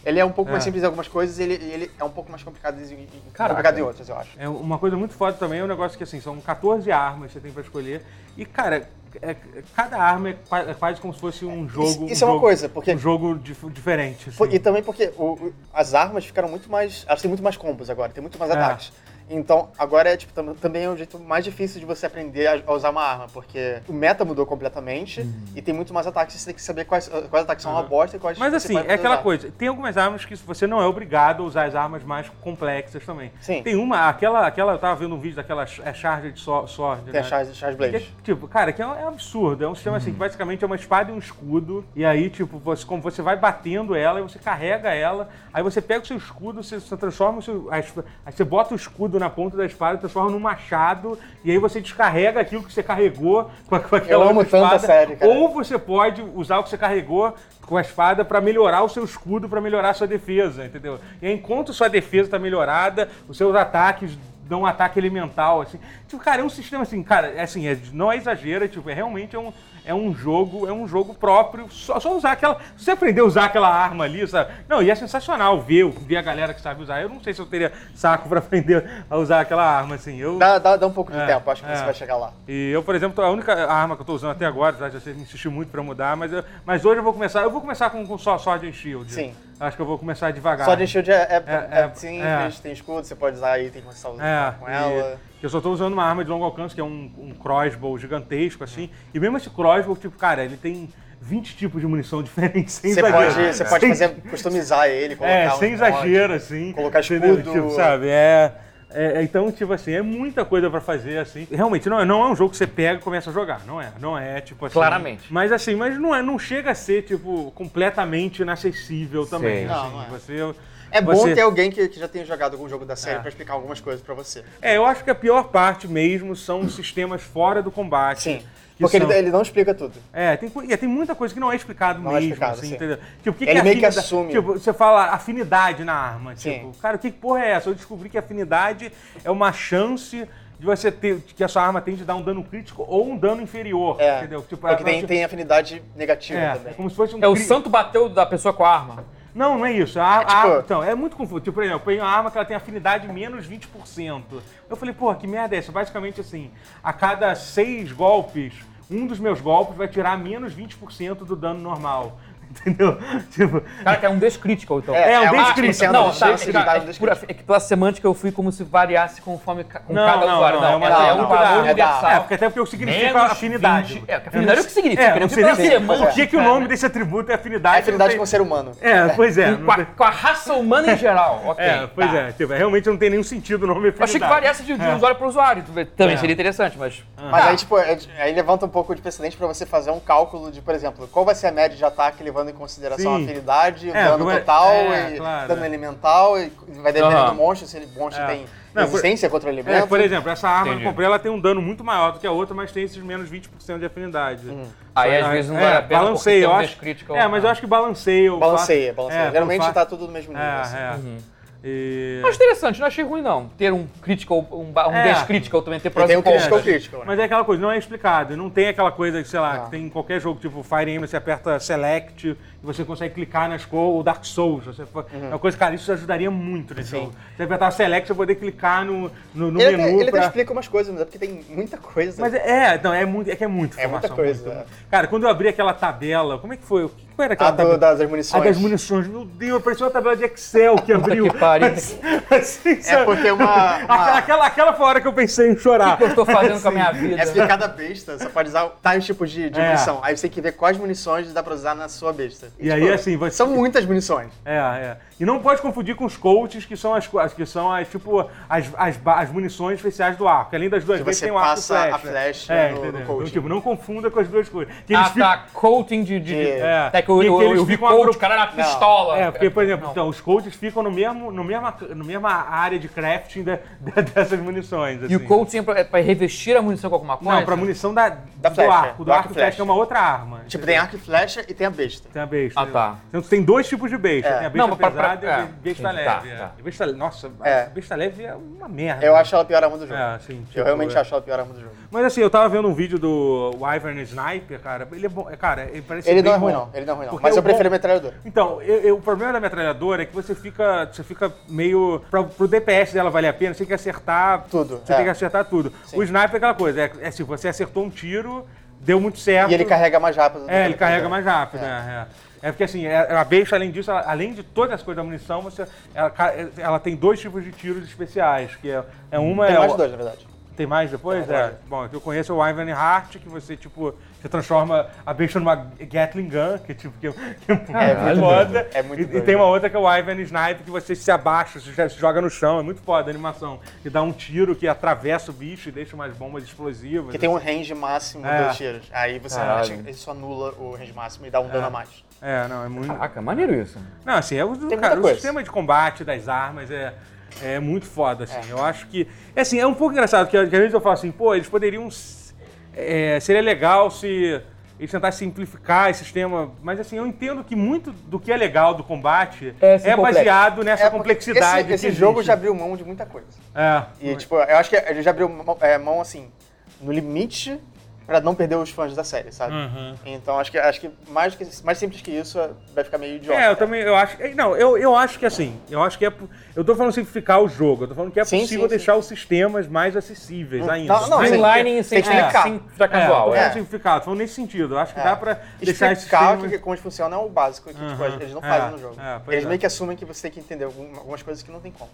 Ele é um pouco mais simples em algumas coisas e ele, ele é um pouco mais complicado em, em- Caraca. complicado em outras, eu acho. É uma coisa muito foda também é um negócio que assim, são 14 armas que você tem pra escolher. E, cara, é- cada arma é qua- é quase como se fosse um jogo. um isso é uma jogo- coisa, porque- Um jogo dif- diferente. assim. Foi- e também porque o- o- as armas ficaram muito mais. Elas têm muito mais combos agora, tem muito mais É. ataques. Então, agora é tipo, tam- também é um jeito mais difícil de você aprender a, a usar uma arma, porque o meta mudou completamente Uhum. e tem muito mais ataques, você tem que saber quais, quais ataques são uma bosta e quais Mas você assim, pode é aquela usar. coisa. Tem algumas armas que você não é obrigado a usar as armas mais complexas também. Sim. Tem uma, aquela, aquela, eu tava vendo um vídeo daquela ch- é charge de so, sword, Tem né? as Charles, Charles Que é, Blades. tipo, cara, que é, é absurdo. É um sistema assim que basicamente é uma espada e um escudo. E aí, tipo, você, como você vai batendo ela e você carrega ela. Aí você pega o seu escudo, você, você transforma o seu. a esp- Aí você bota o escudo na ponta da espada, transforma num machado. E aí você descarrega aquilo que você carregou com, a- com aquela amo outra tanto a espada. série, cara. Ou você pode usar o que você carregou com a espada pra melhorar o seu escudo, pra melhorar a sua defesa, entendeu? E aí, enquanto sua defesa tá melhorada, os seus ataques dão um ataque elemental, assim. Tipo, cara, é um sistema assim, cara, é assim, é- não é exagero, é, tipo, é realmente é um, é um jogo, é um jogo próprio, só, só usar aquela, se você aprender a usar aquela arma ali, sabe? Não, e é sensacional ver, o- ver a galera que sabe usar. Eu não sei se eu teria saco pra aprender a usar aquela arma, assim. Eu, Dá, dá, dá um pouco de É, tempo, acho que é. você vai chegar lá. e eu, por exemplo, tô- a única arma que eu tô usando até agora, tá? já você insistiu muito pra mudar, mas, eu- mas hoje eu vou começar. Eu vou começar com, com só Sword and Shield. Sim. Acho que eu vou começar devagar. Só de Shield é, é, É, é, é, simples, é. tem escudo, você pode usar item que você tá usando É, com e- ela. que eu só tô usando uma arma de longo alcance, que é um, um crossbow gigantesco, assim. E mesmo esse crossbow, tipo, cara, ele tem 20 tipos de munição diferentes, sem Você exagero. pode, você pode Sem- fazer, customizar ele, colocar É, onde sem pode. exagero, assim. Colocar entendeu? escudo. Tipo, sabe? É, é- é- Então, tipo assim, é muita coisa pra fazer, assim. Realmente, não, é- não é um jogo que você pega e começa a jogar. Não é. Não é, tipo assim. Claramente. Mas assim, mas não, é, não chega a ser, tipo, completamente inacessível também. Sim. assim. Não, não é. Você- É bom você- ter alguém que, que já tenha jogado algum jogo da série É. pra explicar algumas coisas pra você. É, eu acho que a pior parte mesmo são os sistemas fora do combate. Sim. que Porque são- ele, ele não explica tudo. É, tem, co- e tem muita coisa que não é explicado Não é mesmo, explicado, assim, sim. entendeu? Tipo, o que Ele que é meio que afinida- assume. Tipo, você fala afinidade na arma. Sim. Tipo, cara, o que que porra é essa? Eu descobri que afinidade é uma chance de você ter, que a sua arma tem de dar um dano crítico ou um dano inferior, É. entendeu? Tipo, Porque é- tem, tipo, tem afinidade negativa é, é também. como se fosse um É o cri- santo bateu da pessoa com a arma. Não, não é isso. A, tipo- a- então, é muito confuso. Tipo, por exemplo, tem uma arma que ela tem afinidade menos 20%. Eu falei, porra, que merda é essa? Basicamente assim, a cada seis golpes, um dos meus golpes vai tirar menos 20% do dano normal. Entendeu? Tipo, Cara, que é um descritical, então. É, um uma- descritivo. você anda Não, no tá, jeito, é, ele dá cara, um tipo, é, que descritivo. pura, é que pela semântica eu fui como se variasse conforme ca- com Não, Um cada não, usuário. não, é uma- é, não, um não, valor é da- universal. É, porque até porque o que significa Menos afinidade. 20. É, porque afinidade é o que significa, É, né? não Porque sei nem pra ser se- humano- por que, que o nome desse atributo é afinidade. É eu afinidade não com o sei- ser humano. É, pois é. não com, a, tem- com a raça humana em geral. ok, É, pois tá. é. Tipo, realmente não tem nenhum sentido o nome é Eu afinidade. achei que variasse de, de É. usuário para usuário. Também seria interessante, mas. Ah. Mas Tá. aí, tipo, é- aí levanta um pouco de precedente pra você fazer um cálculo de, por exemplo, qual vai ser a média de ataque levando em consideração Sim. a afinidade, o É, dano como é- total, é, e claro. dano elemental, e vai depender Aham. do monstro, se ele monstro É. tem Não, por- resistência contra o É, elemento. por exemplo, essa arma que Entendi. eu comprei, ela tem um dano muito maior do que a outra, mas tem esses menos 20% de afinidade. Hum. Aí, É. às vezes, não vale a pena, balanceia, porque tem eu um acho. descrítico, é, mas eu né? acho que balanceia. o balanceia, fato- balanceia. é, Geralmente o fato- tá tudo no mesmo nível. assim. É, é. Uhum. E- Mas interessante, não achei ruim, não. Ter um critical, um, ba- um É. descritical também, ter E prós um tem e o critical contras. critical, né? Mas é aquela coisa, não é explicado. Não tem aquela coisa, que, sei lá, Não. que tem em qualquer jogo, tipo Fire Emblem, você aperta Select e você consegue clicar nas coisas, ou Dark Souls. Você, fa- É uma coisa, cara, isso ajudaria muito nesse Uhum. Sim. jogo. Você apertar Select, você poder clicar no, no, no ele até, menu ele até pra... explica umas coisas, mas é porque tem muita coisa. Mas é, é, não, é, muito, é que é muito É muita informação. coisa, muito, é. muito. Cara, quando eu abri aquela tabela, como é que foi? O que que era aquela a do, tabela? das das A munições. das munições. Meu Deus, parecia uma tabela de Excel que abriu. que pariu. Assim, assim, É sabe? porque Ah. uma. Aquela, uma... aquela, aquela foi a hora que eu pensei em chorar. que eu estou fazendo com a minha vida? É porque cada besta só pode usar tais tipos de, de É. munição. Aí você tem que ver quais munições dá pra usar na sua besta. Tipo, E aí, assim, você- São muitas munições. É, é. E não pode confundir com os coaches, que são as, co- as- que são as, tipo, as, as, ba- as munições especiais do arco. que Além das duas Que vezes, você tem o arco passa e a flecha é, no- no entendeu? coaching. Então, tipo, não confunda com as duas coisas. Que Ah, eles ficam- tá. Coating de. de... De- É. Até que eu, E eu, que eu, eles vi ficam agru- coach, o cara na pistola. É, porque, por exemplo, Não. então, os coaches ficam no mesmo, no mesma, no mesma área de crafting da- da- dessas munições. E assim. o coaching é pra, é pra revestir a munição com alguma coisa? Não, pra munição da, do flecha, arco. Do arco e flecha é uma outra arma. Tipo, tem arco e flecha e tem a besta. Tem a besta. Ah, tá. Então tem dois tipos de besta. É. Tem a besta Não, mas pra- pra- pesada e a é. besta Entendi. leve. Tá, é. tá. E Besta, nossa, É. a besta leve é uma merda. Eu acho ela a pior arma do jogo. É, assim, tipo, Eu realmente é. acho ela a pior arma do jogo. Mas assim, eu tava vendo um vídeo do Wyvern Sniper, cara. Ele é bom. é, Cara, ele parece Ele bem não é ruim, bom. não. Ele não é ruim, não. Porque Mas o eu prefiro a bom- metralhadora. Então, eu- eu- o problema da metralhadora é que você fica, você fica meio. Pra, pro DPS dela valer a pena, você tem que acertar. Tudo, Você é. tem que acertar tudo. O sniper é aquela coisa, é, é se você acertou um tiro, deu muito certo. E ele carrega mais rápido. do que a É, ele carrega metralhadora. mais rápido, né? É. É porque assim, é- a besta, além disso, ela- além de todas as coisas da munição, você, ela, ca- ela tem dois tipos de tiros especiais, que é, é uma Tem é mais o- dois, na verdade. tem mais depois? Tem mais. É. Bom, eu conheço o Ivan Hart, que você, tipo, você transforma a besta numa Gatling Gun, que, tipo, que, que é muito foda. doido. É muito e, e doido. tem uma outra que é o Ivan Snipe, que você se abaixa, você já se joga no chão. É muito foda a animação. E dá um tiro que atravessa o bicho e deixa umas bombas explosivas. Que tem um range máximo assim. É. dos tiros. Aí você Caralho. acha que isso anula o range máximo e dá um dano a mais. É, não, é muito... Caraca, maneiro isso. Não, assim, é o, muita cara, o coisa. sistema de combate das armas é, é muito foda, assim. Eu acho que. É assim, é um pouco engraçado, porque às vezes eu falo assim, pô, eles poderiam. s- é, seria legal se eles tentassem simplificar esse sistema. Mas assim, eu entendo que muito do que é legal do combate É ser é, complexo. baseado nessa assim, É, porque complexidade. Esse, que esse jogo existe. já abriu mão de muita coisa. É. E, tipo, eu acho que ele já abriu mão, é, mão, assim, no limite pra não perder os fãs da série, sabe? Uhum. Então, acho que, acho que, mais, que mais simples que isso vai ficar meio idiota. É, eu também, eu acho. é, Não, eu, eu acho que assim, eu acho que é. po- Eu tô falando simplificar o jogo, eu tô falando que é Sim, possível sim, sim. deixar os sistemas mais acessíveis ainda. não, não, mais sim. Streamlining sem tem que explicar. sem ficar É, casual. é. É. é. simplificado. Então, nesse sentido, eu acho que É. dá pra deixar esse Explicar o sistema- que, como isso funciona é o básico que tipo, Aham, eles não é, fazem no jogo. é, pois eles é. meio que assumem que você tem que entender algum- algumas coisas que não tem como.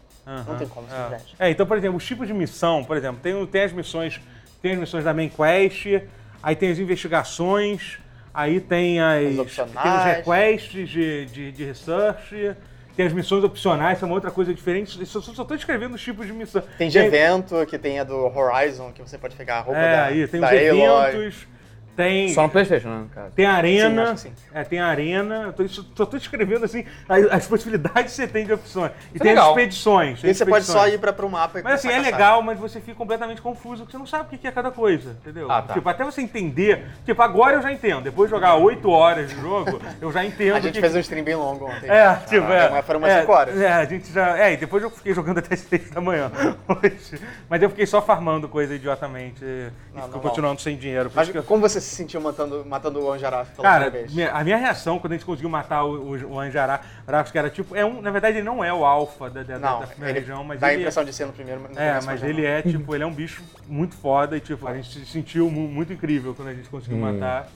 Não tem como, é. simplesmente. É, então, por exemplo, os tipos de missão, por exemplo, tem, o- tem as missões, tem as missões da main quest, aí tem as investigações, aí tem as As opcionais. tem os requests de, de, de research, tem as missões opcionais, que é uma outra coisa diferente. Eu só, só, só tô descrevendo os tipos de missão. Tem de evento, que tem a do Horizon, que você pode pegar a roupa É, da, aí tem os né? da Aloy. eventos, tem. Só no Playstation, né, no caso. Tem a arena. Sim, acho que sim. É, tem a arena. Eu tô, isso- tô, tô descrevendo assim as, as possibilidades que você tem de opções. E é tem as legal. expedições. tem E você pode expedições. só ir pra, pro mapa e Mas assim, começar é a caçar. legal, mas você fica completamente confuso, porque você não sabe o que que é cada coisa, entendeu? Ah, tá. Tipo, até você entender. Tipo, agora eu já entendo. Depois de jogar 8 horas de jogo, eu já entendo. A gente que... fez um stream bem longo ontem. É, tipo, é. mas foram umas é, cinco horas. É, a gente já. É, e depois eu fiquei jogando até 6 da manhã hoje. Mas eu fiquei só farmando coisa idiotamente e fico normal. continuando sem dinheiro. Por Mas isso que eu- como você se sentiu matando, matando o Anjaraf pela Cara, primeira vez? minha- a minha reação quando a gente conseguiu matar o, o, o Anjará, Raps, que era tipo, é um, na verdade ele não é o alfa da, da, Não, da primeira ele região, mas dá a ele impressão de ser no primeiro, mas não é, começa mas a jogar. ele é tipo, ele é um bicho muito foda e tipo, a gente se sentiu mu- muito incrível quando a gente conseguiu matar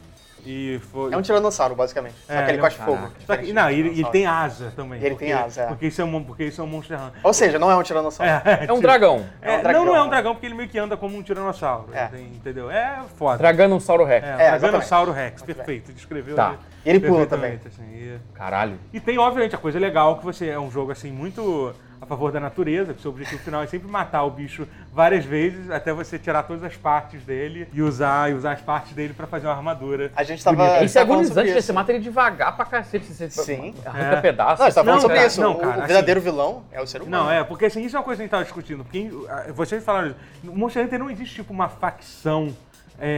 e foi É um tiranossauro, basicamente. É, só que ele ele é cospe um- fogo. Só que- não, e ele, e ele tem asa também. E ele tem porque- asa, é. Porque isso é um, porque isso é um Monster Hunter. Ou seja, não é um tiranossauro. É um dragão. É, um dragão. não, não é um dragão, porque ele meio que anda como um tiranossauro. É. tem- entendeu? É foda. Dragando um Sauro Rex. É, um É, exatamente. Draganossauro Rex, Muito bem. perfeito, descreveu Tá. ali E ele pula perfeitamente, assim, e- Caralho. E tem, obviamente, a coisa legal que você é um jogo assim muito a favor da natureza, que seu objetivo final é sempre matar o bicho várias vezes até você tirar todas as partes dele e usar, e usar as partes dele pra fazer uma armadura. A gente tava. a gente tá Isso é tava falando sobre agonizante, isso. você mata ele devagar pra cacete. Você Sim. Arranca É. pedaço. Não, a gente tava falando Não, sobre cara, isso. não, O- cara, assim- o verdadeiro vilão é o ser humano. Não, é, porque assim, isso é uma coisa que a gente tava discutindo. Porque ah, vocês falaram isso. No Monster Hunter não existe tipo uma facção é,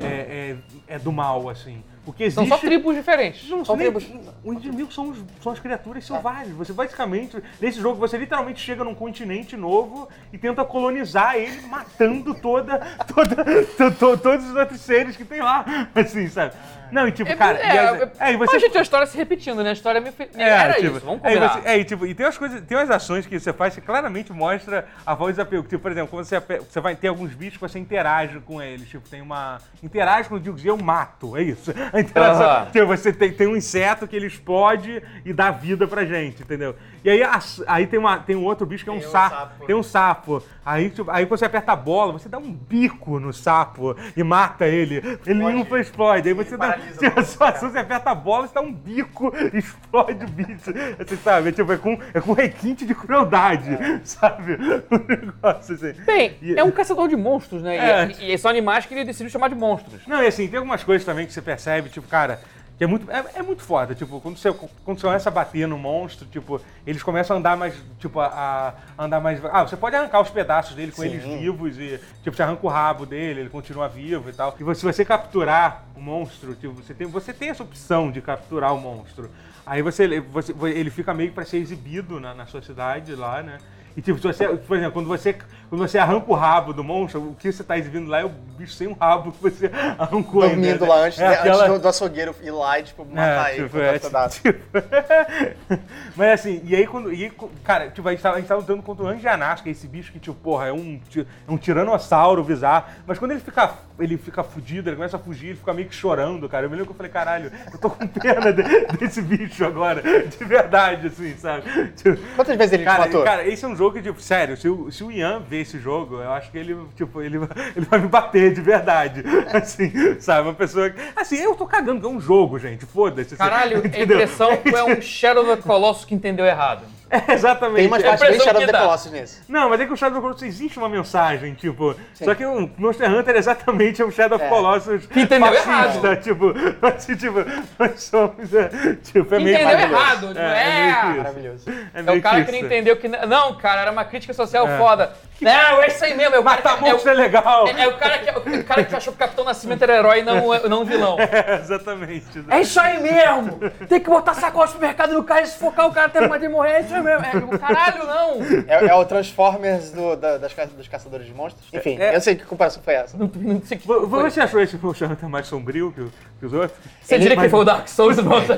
é, é, é, é do mal, assim. O que existe. São só tribos diferentes. Não, São nem- tribos. Os inimigos são, os- são as criaturas selvagens. Você basicamente, nesse jogo, você literalmente chega num continente novo e tenta colonizar ele, matando toda, toda, to- to- todos os outros seres que tem lá. Assim, sabe? Não, e É, tipo, cara. e aí- aí você- É, Mas, gente, a história se repetindo, né? A história meio... fe- era isso, vamos aí combinar. você- é, e tipo, e tem umas coisas, tem umas ações que você faz que claramente mostra a voz do apego. Tipo, por exemplo, quando você, ape- você vai ter alguns bichos que você interage com eles. Tipo, tem uma. Interage com o Digo eu mato. É isso. A interação. Aham. Tipo, você tem, tem um inseto que ele explode e dá vida pra gente, entendeu? E aí, a- aí tem, uma, tem um outro bicho que é um, Tem um sapo. sapo. Tem um sapo. Aí, tipo, aí quando você aperta a bola, você dá um bico no sapo e mata ele. Ele Explode. não explode. Aí você dá. paralisa Tipo, o só, só você aperta a bola, você dá um bico, explode o bicho. Você sabe, tipo, é com, é com requinte de crueldade, sabe? O negócio assim. Bem, E- é um caçador de monstros, né? E- É. E, e são animais que ele decidiu chamar de monstros. Não, e assim, tem algumas coisas também que você percebe, tipo, cara, que é muito, é, é muito foda. Tipo, quando você, quando você começa a bater no monstro, tipo, eles começam a andar mais, tipo, a, a andar mais... Ah, você pode arrancar os pedaços dele com Sim. eles vivos e, tipo, você arranca o rabo dele, ele continua vivo e tal. E você- se você capturar o monstro, tipo, você tem, você tem essa opção de capturar o monstro. Aí você, você ele fica meio pra ser exibido na, na sua cidade lá, né? E tipo, se você, por exemplo, quando você, quando você arranca o rabo do monstro, o que você tá exibindo lá é o bicho sem um rabo que você arrancou ainda, Dormindo né? lá antes, É né, aquela- antes do, do açougueiro ir lá e, tipo, matar é, ele. tipo, cortar é, os pedaços. tipo- Mas assim, e aí quando. E, aí, co- cara, tipo, a gente tava, a gente tava lutando contra o Angianas, que é esse bicho que, tipo, porra, é um, ti- é um tiranossauro bizarro. Mas quando ele fica, ele fica fudido, ele começa a fugir, ele fica meio que chorando, cara. Eu me lembro que eu falei, caralho, eu tô com pena de- desse bicho agora. De verdade, assim, sabe? Tipo, Quantas vezes ele te Cara, matou? cara, esse é um jogo que, tipo, sério, se o, se o Ian ver esse jogo, eu acho que ele, tipo, ele, ele vai me bater de verdade. Assim, sabe? Uma pessoa que. Assim, eu tô cagando, é um jogo, gente. Foda-se. assim. Caralho, a Entendeu? impressão que é um Shadow of the Colossus que entendeu errado. É, exatamente. Tem umas É, partes bem impressão Shadow que of the dá. Colossus nesse. Não, mas é que o Shadow of the Colossus existe uma mensagem, tipo. Só que o Monster Hunter exatamente é um Shadow of É. Colossus Que entendeu fascista, errado. Tipo, assim, tipo, nós somos. é, tipo, é meio Entendeu maravilhoso. errado, tipo, meio é. que isso, Maravilhoso. É o meio cara que não isso. entendeu que. Não, cara, era uma crítica social foda. Não, é isso aí mesmo. É o cara, Matar é, o- monstro é legal. é- é o cara que, o cara que achou que o Capitão Nascimento era herói e não, não vilão. É, exatamente. É isso aí mesmo! Tem que botar sacola de supermercado no cara e sufocar o cara até mais de morrer, é isso aí mesmo! É, tipo, caralho, não! É, é o Transformers do- da- das, ca- dos caçadores de monstros. Enfim, É. eu sei que comparação foi essa. Não, não sei o que Vo- vo- foi. Você achou esse Monster Hunter mais sombrio que, o- que os outros? Você diria que mas- foi o Dark Souls do Monster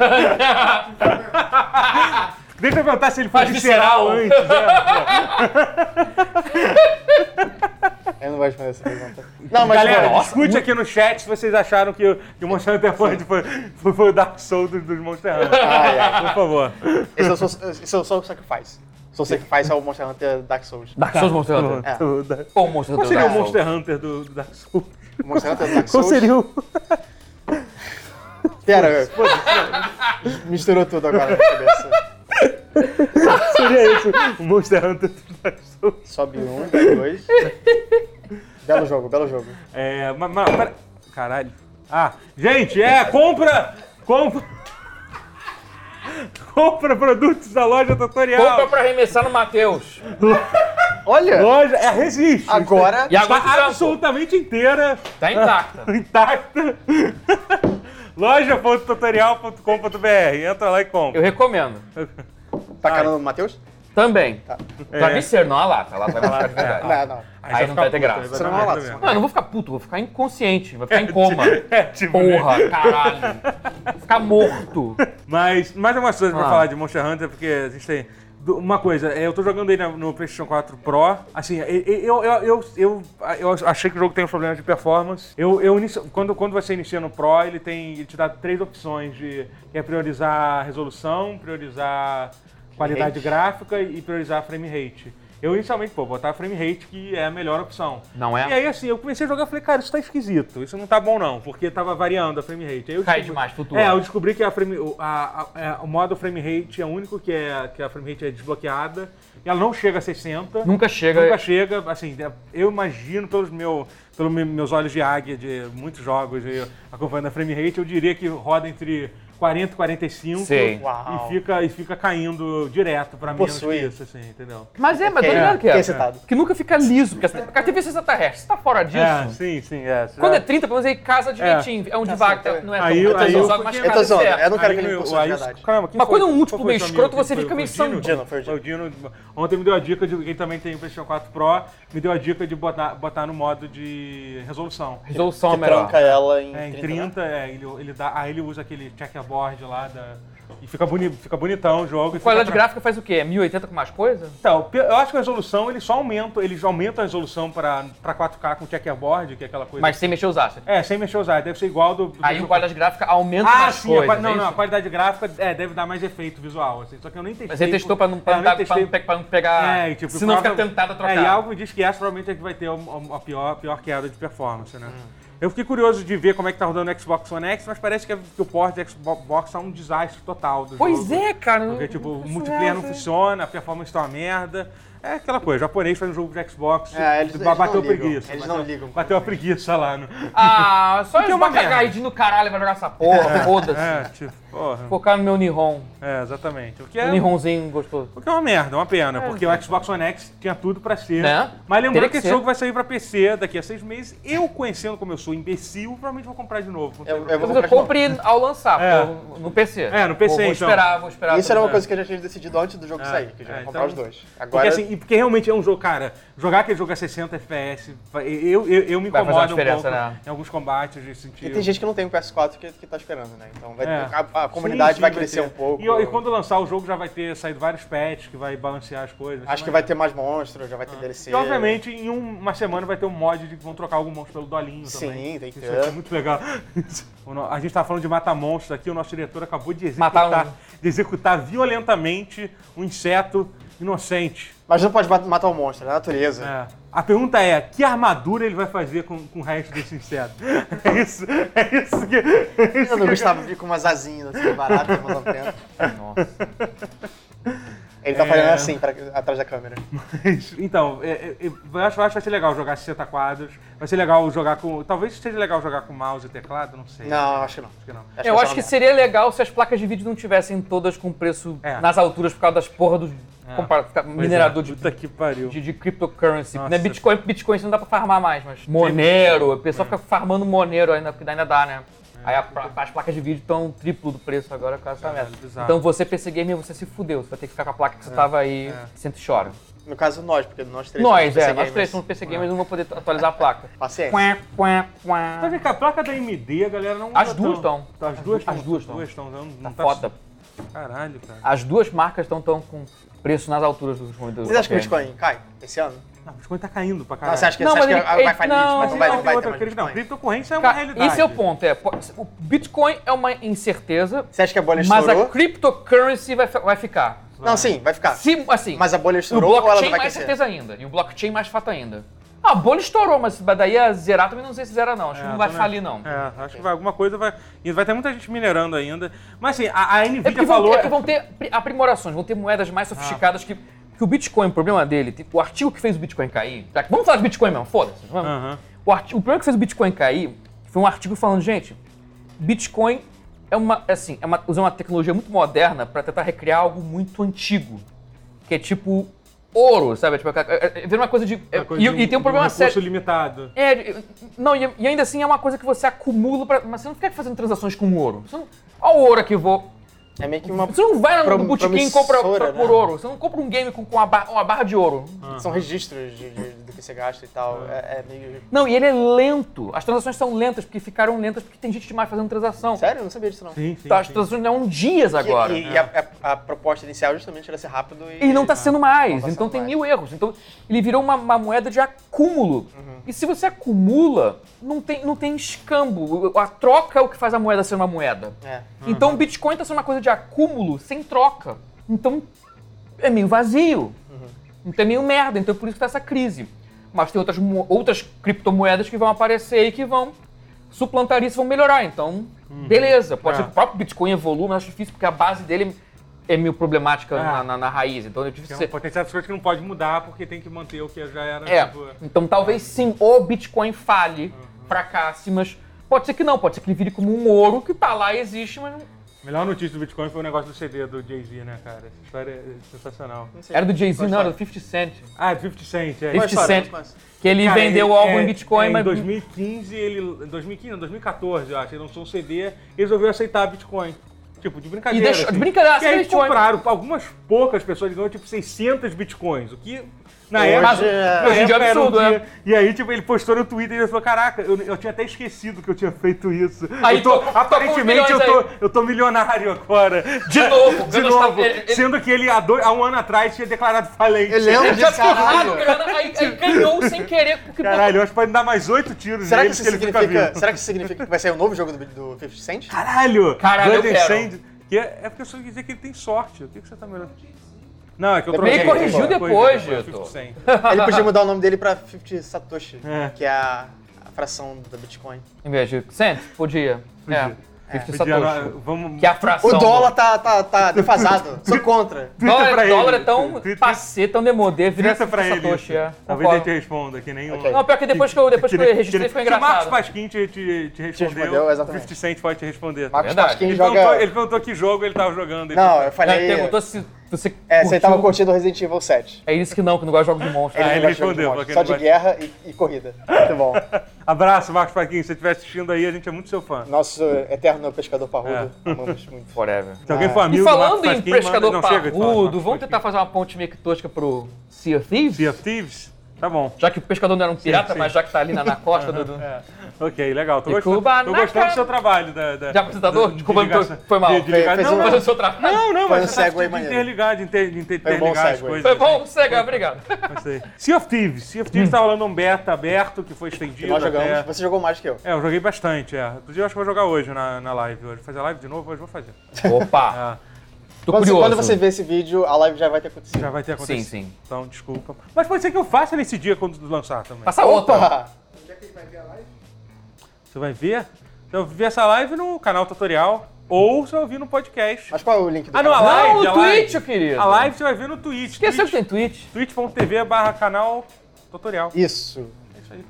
Deixa eu perguntar se ele foi Mais visceral visceral. antes. né? Eu não vou responder essa pergunta. Não, mas Galera, bom, discute aqui no chat se vocês acharam que, o- que o Monster Hunter foi, foi, foi, foi o Dark Souls dos, dos Monster Hunter. ai, ai. Por favor. Esse é o Soul- esse é o Soul Sacrifice. Soul Sacrifice é o Monster Hunter Dark Souls. Dark Souls Monster Hunter? É. O Dark- Ou Monster Qual Hunter? seria o Dark Souls? Monster Hunter do, do Dark Souls? O Monster Hunter Dark Qual Souls. seria o. Pera, misturou tudo agora na cabeça. seria esse? O Monster Hunter do Dark Souls. Sobe um, sobe dois. belo jogo, belo jogo. É. Mas. mas pera... Caralho. Ah, gente, é. Compra! Compra! compra produtos da loja tutorial. Compra pra arremessar no Matheus. Olha, Loja, é, resiste. agora E agora Está tá, absolutamente inteira, tá intacta. intacta. Loja.tutorial.com.br. Entra lá e compra. Eu recomendo. tá canando no Matheus? Também. Tá. É. Travesseiro, não a lata. A lata vai machucar de verdade. Não, não. Aí não vai ter graça. Você não vai lá, você Não, eu não vou ficar puto, vou ficar inconsciente, vou ficar em coma. É, tipo, né? Porra, caralho. Vou ficar morto. Mas mais algumas coisas pra Ah. falar de Monster Hunter, porque a gente tem. do- Uma coisa, é, eu tô jogando ele na- no PlayStation 4 Pro. Assim, e- e- eu, eu, eu, eu, eu achei que o jogo tem um problema de performance. Eu, eu inicio- quando, quando você inicia no Pro, ele, tem, ele te dá três opções: de que é priorizar a resolução, priorizar qualidade Rate. gráfica e priorizar frame rate. Eu inicialmente, pô, botar frame rate que é a melhor opção. Não é? E aí, assim, eu comecei a jogar e falei, cara, isso tá esquisito, isso não tá bom não, porque tava variando a frame rate. Aí eu Cai descobri- demais, flutua. É, eu descobri que a frame, o, a- a- é, o modo frame rate é o único que, é, que a frame rate é desbloqueada. E ela não chega a 60. Nunca chega. Nunca chega, assim, eu imagino pelos meu, pelo me- meus olhos de águia de muitos jogos e acompanhando a frame rate, eu diria que roda entre 40, 45 Sim. Uau. e fica, e fica caindo direto pra menos que Possui. isso, assim, entendeu? Mas é, mas Quem- tô ligado que quem é. é excitado? Que nunca fica liso, porque a TV é extraterrestre, você tá fora disso. É, sim, sim, é. Quando é 30, pelo menos aí casa direitinho. É, um devagar, Tá certo. não é Aí- tão aí eu- só, mas eu Eu casa tô de zoando, ferro. eu não quero Aí que ele meu- me puxe de aí- verdade. caramba, quem Mas foi- quando um qual último foi meio seu escroto, amigo? você Foi- fica foi meio o Dino? Dino, foi o Dino. Foi o Dino. Ontem me deu a dica de. Ele também tem PlayStation 4 Pro, me deu a dica de botar, botar no modo de resolução. Resolução é Que melhor. tranca ela em É, em 30, né? 30, é, ele, ele dá, aí ele usa aquele checkerboard lá da. E fica, boni, fica bonitão o jogo. e fica Qualidade pra- gráfica faz o quê? É 1080 com mais coisa? Então, pe- eu acho que a resolução, eles só aumentam, eles aumentam a resolução pra, pra 4K com checkerboard, que é aquela coisa. Mas sem mexer os astros. É, sem mexer os áreas, deve ser igual do. do Aí a qualidade gráfica aumenta Ah, mais sim, coisas. a quali- não, é não, a isso? qualidade gráfica é, deve dar mais efeito visual, assim, só que eu nem testei. Mas ele testou pra não, É, pra eu não, nem dar- pra não testei- pe- pra não pegar. É, e, tipo, se não fica prova- tentado a trocar. É, e algo diz que essa provavelmente é que vai ter a, a pior, a pior queda de performance, né? Hum. Eu fiquei curioso de ver como é que tá rodando o Xbox One X, mas parece que, é- que o port de Xbox tá um desastre total do Pois jogo. é, cara. Porque, tipo, o multiplayer não funciona. funciona, a performance tá uma merda. É aquela coisa, japonês faz um jogo de Xbox, É, eles- eles bateu não ligam, preguiça. eles bateu, não ligam. Bateu a preguiça lá. No... Ah, só Porque é eu uma uma merda. cagadinha no caralho vai jogar essa porra, foda-se. É, tipo, porra. Focar no meu Nihon. É, exatamente. O que é, Um Nihonzinho gostoso. o que é uma merda, uma pena, porque o Xbox One X tinha tudo pra ser. É, Né? Mas lembrando Teria que, que esse ser. jogo vai sair pra PC daqui a seis meses. Eu, conhecendo como eu sou imbecil, provavelmente vou comprar de novo. Eu- eu vou Mas eu comprar de novo. comprei ao lançar, É. pô, no PC. É, no PC, vou, vou então. esperar, vou esperar. Isso era uma É. coisa que eu já tinha decidido antes do jogo Ah, sair, que eu já é, ia comprar então- os dois. Porque, Agora, assim, e porque realmente é um jogo, cara, jogar aquele jogo a 60 FPS, vai- eu, eu, eu me Vai fazer uma incomodo um diferença, pouco né? em alguns combates de e sentido. tem gente que não tem o PS4 que, que tá esperando, né? Então vai- É. a, a comunidade vai crescer um pouco. E, e quando lançar o jogo já vai ter saído vários patches que vai balancear as coisas. né? Acho que vai ter mais monstros, já vai ter DLC. Ah. E obviamente É. em um- uma semana vai ter um mod de que vão trocar algum monstro pelo dolinho Sim, também. tem que Isso ter. aqui é muito legal. O no- A gente tá falando de matar monstros aqui, o nosso diretor acabou de Matar executar, de executar violentamente um inseto inocente. Mas não pode mat- matar o monstro, é a natureza. É. A pergunta é, que armadura ele vai fazer com, com o resto desse inseto? É isso, é isso que... é isso Eu não que- gostava de ir com umas asinhas assim, baratas, mas não tem. Nossa. Ele tá É. fazendo assim, pra- atrás da câmera. Então, é, é, é, eu acho, eu acho que vai ser legal jogar 60 quadros, vai ser legal jogar com... Talvez seja legal jogar com mouse e teclado, não sei. Não, acho que não. Acho que não. Eu acho que essa é seria legal se as placas de vídeo não tivessem todas com preço É. nas alturas por causa das porra dos compara- fica- Pois é, minerador de, Puta que pariu. de, de cryptocurrency. Nossa. Né? Bitcoin, Bitcoin você não dá pra farmar mais, mas Monero, o pessoal fica farmando Monero ainda, porque ainda dá, né? É. Aí a pla- as placas de vídeo estão triplo do preço agora com essa Caralho, merda. É, bizarro. É, Então você, PC Gamer, você se fudeu. Você vai ter que ficar com a placa que você tava aí, sente e chora. uma- No caso, nós, porque nós três Nós, somos PC é, nós gamers. três somos PC Gamers e não vou poder atualizar a placa. Paciência. Quá, quá, quá. Mas vem cá, a placa da AMD, a galera não. As não duas tão- tão. Ah. Tá, As duas As estão. duas As duas estão. Não, não Tá foda. Caralho, cara. As duas marcas estão tão com preço nas alturas dos monitores. Vocês acham que o É. Bitcoin cai esse ano? Não, o Bitcoin tá caindo pra Não, caralho. você acha que, Não, você acha mas que ele- vai ele- vai falir? não, mas não vai, não, não vai tem ter outra mais crise, não. Bitcoin. Criptocorrência é uma Cara, realidade. esse é o ponto. É, po- o Bitcoin é uma incerteza, Você acha que a bolha mas estourou? a cryptocurrency vai, fi- vai ficar. Não, sim, vai ficar. Se, assim, Mas a bolha o estourou ou ela blockchain não vai mais crescer? certeza ainda. E o blockchain mais fato ainda. Ah, a bolha estourou, mas daí a zerar também não sei se zera não. Acho É, que não vai também- falir não. É, É, acho que vai, alguma coisa vai. E vai ter muita gente minerando ainda. Mas assim, a, a Nvidia porque vão, falou. é porque vão ter pri- aprimorações, vão ter moedas mais sofisticadas que, que o Bitcoin, o problema dele, tem- o artigo que fez o Bitcoin cair... tá? Vamos falar de Bitcoin mesmo, foda-se. Vamos. Aham. O, arti- o problema que fez o Bitcoin cair foi um artigo falando, gente, Bitcoin é uma, é assim, é uma, usa uma tecnologia muito moderna para tentar recriar algo muito antigo, que é tipo ouro, sabe? Tipo, é, é, é, vira uma coisa de... é, Uma coisa e, de um- e tem um problema de recurso sério. limitado. É, de- não, e, e ainda assim é uma coisa que você acumula, pra, mas você não fica fazendo transações com ouro. Você não, ó o ouro aqui, vou... É meio que uma. Você não vai no Prom- botequim e compra promissora, por né? ouro. Você não compra um game com, com uma, barra, uma barra de ouro. São registros de, de- do que você gasta e tal. Ah. É, é meio. Não, e ele é lento. As transações são lentas, porque ficaram lentas porque tem gente demais fazendo transação. Sério? Eu não sabia disso, não. Sim, sim. Tá, as sim. transações não dias agora. E, e- e a, a- a proposta inicial justamente era ser rápido e. ele não tá sendo Não mais, tá então sendo tem mais. mil erros. Então ele virou uma, uma moeda de acúmulo. Uhum. E se você acumula, não tem, não tem escambo. A troca é o que faz a moeda ser uma moeda. É. Então o Bitcoin tá sendo uma coisa de acúmulo sem troca. Então é meio vazio. Uhum. Então é meio merda. Então é por isso que tá essa crise. Mas tem outras, mo- outras criptomoedas que vão aparecer e que vão suplantar isso, vão melhorar. Então, beleza. Pode É. ser que o próprio Bitcoin evolua, mas acho difícil porque a base dele é meio problemática É. na, na- na raiz. Então é Tem difícil um ser. potencial de coisas que não pode mudar porque tem que manter o que já era. É. tipo, Então talvez sim, o Bitcoin Uhum. fale, fracasse, mas pode ser que não. Pode ser que ele vire como um ouro que tá lá e existe, mas não- melhor notícia do Bitcoin foi o negócio do CD do Jay-Z, né, cara? Essa história é sensacional. sei. Era do Jay-Z, Qual não, era história? do 50 Cent. Ah, é 50 Cent, é. Qual 50 história? Cent. Mas- Que ele Cara, vendeu o ele- álbum é, em Bitcoin, é, mas. Em 2015, ele. em 2015, não, 2014, eu acho. Ele lançou um CD e resolveu aceitar Bitcoin. Tipo, de brincadeira. E deixou- de brincadeira, E aí aceita Bitcoin. compraram. Algumas poucas pessoas ganham, tipo, 600 Bitcoins. O que. Na Hoje época. é- na hoje em dia é época era um absurdo, dia- né? E aí, tipo, ele postou no Twitter e ele falou: Caraca, eu, eu tinha até esquecido que eu tinha feito isso. Aí, eu tô, tô- tô com uns aparentemente, eu milhões tô, aí. eu tô milionário agora. De novo, De eu novo, gostava- ele- ele- sendo que ele há, dois- há um ano atrás tinha declarado falência. Eu lembro disso, Ah, caralho. grana, aí, aí ganhou sem querer, porque Caralho, eu acho que pode dar mais oito tiros Será que, neles isso que, ele fica significa, vivo. será que isso significa que vai sair um novo jogo do, do 50 Cent? Caralho! Caralho, eu Blood and quero. Sand, que é, é porque eu só ia dizer que ele tem sorte. O que, que você tá melhorando? Não, é que eu Também troquei. corrigiu depois, Getô. 50 Cent. Ele podia mudar o nome dele pra 50 Satoshi, É. que é a, a fração do Bitcoin. Em vez de cento, podia. É. 50 Podia, Satoshi. não, Vamos... Que é a fração. O do- dólar tá, tá, tá defasado, sou contra. Twitter dólar, pra dólar ele. é tão Twitter- passê, tão demodê, vira Grita pra ele. Satoshi, é. Talvez ele Concordo. te responda, que nem Ok. um... Não, pior que depois que eu, depois que eu nem- registrei nem- ficou Se o Marcos engraçado. Pasquim te, te, te respondeu, respondeu, exatamente. 50 Cent pode te responder. Marcos Verdade. Pasquim Ele, perguntou, joga... ele perguntou que jogo ele tava jogando. ele- Não, eu Ele falei... perguntou se você. É, você curtiu. tava curtindo o Resident Evil 7. É isso que não, que não gosta de jogos de monstro. Ah, Ele- né? Não gosto de jogo de respondeu, morte, porque Só ele de gosta- guerra e, e corrida. Muito bom. Abraço, Marcos Pasquim. Se você estiver assistindo aí, a gente é muito seu fã. Nosso eterno pescador parrudo. É. Amamos muito. Forever. Se alguém for amigo É. E do falando Marcos em Pasquim, pescador manda- não, chega de falar do parrudo, Marcos vamos Pasquim. tentar fazer uma ponte meio que tosca pro Sea of Thieves? Sea of Thieves? Tá bom. Já que o pescador não era um pirata, sim. mas já que tá ali na, na costa do. do- É. Ok, legal. Tô E gostando, Cuba tô na gostando do cara. seu trabalho. Da, da, De apresentador? da- Desculpa, ligação- foi- foi mal. de- de ligar- Fez- fez não, um- Faz o mas, seu trabalho. não, não, Foi um mas você tá segue aí, de maneiro. interligar, de, inter, de inter- Foi um bom interligar as segue. coisas. Foi bom, cega, obrigado. Eu sei. Sea of Thieves. Sea of Thieves Hum. tá rolando um beta aberto que foi estendido Nós até... jogamos, você jogou mais que eu. É, eu joguei bastante, é. Inclusive, eu acho que vou jogar hoje na, na live. Hoje. Fazer a live de novo? Hoje eu vou fazer. Opa, Ah, tô Quando, curioso. quando você vê esse vídeo, a live já vai ter acontecido. já vai ter acontecido. Sim, sim. Então, desculpa. Mas pode ser que eu faça nesse dia quando lançar também. Passa Tá outra. Opa! Onde é que ele vai ver a live? Você vai ver? Você vai ver essa live no canal tutorial ou você vai ouvir no podcast. Mas qual é o link do Ah, não, a canal? live, Não, a o Twitch, live. querido. A live você vai ver no Twitch. Esqueceu que Twitch- tem Twitch. twitch.tv barra canal tutorial. Isso. É isso aí.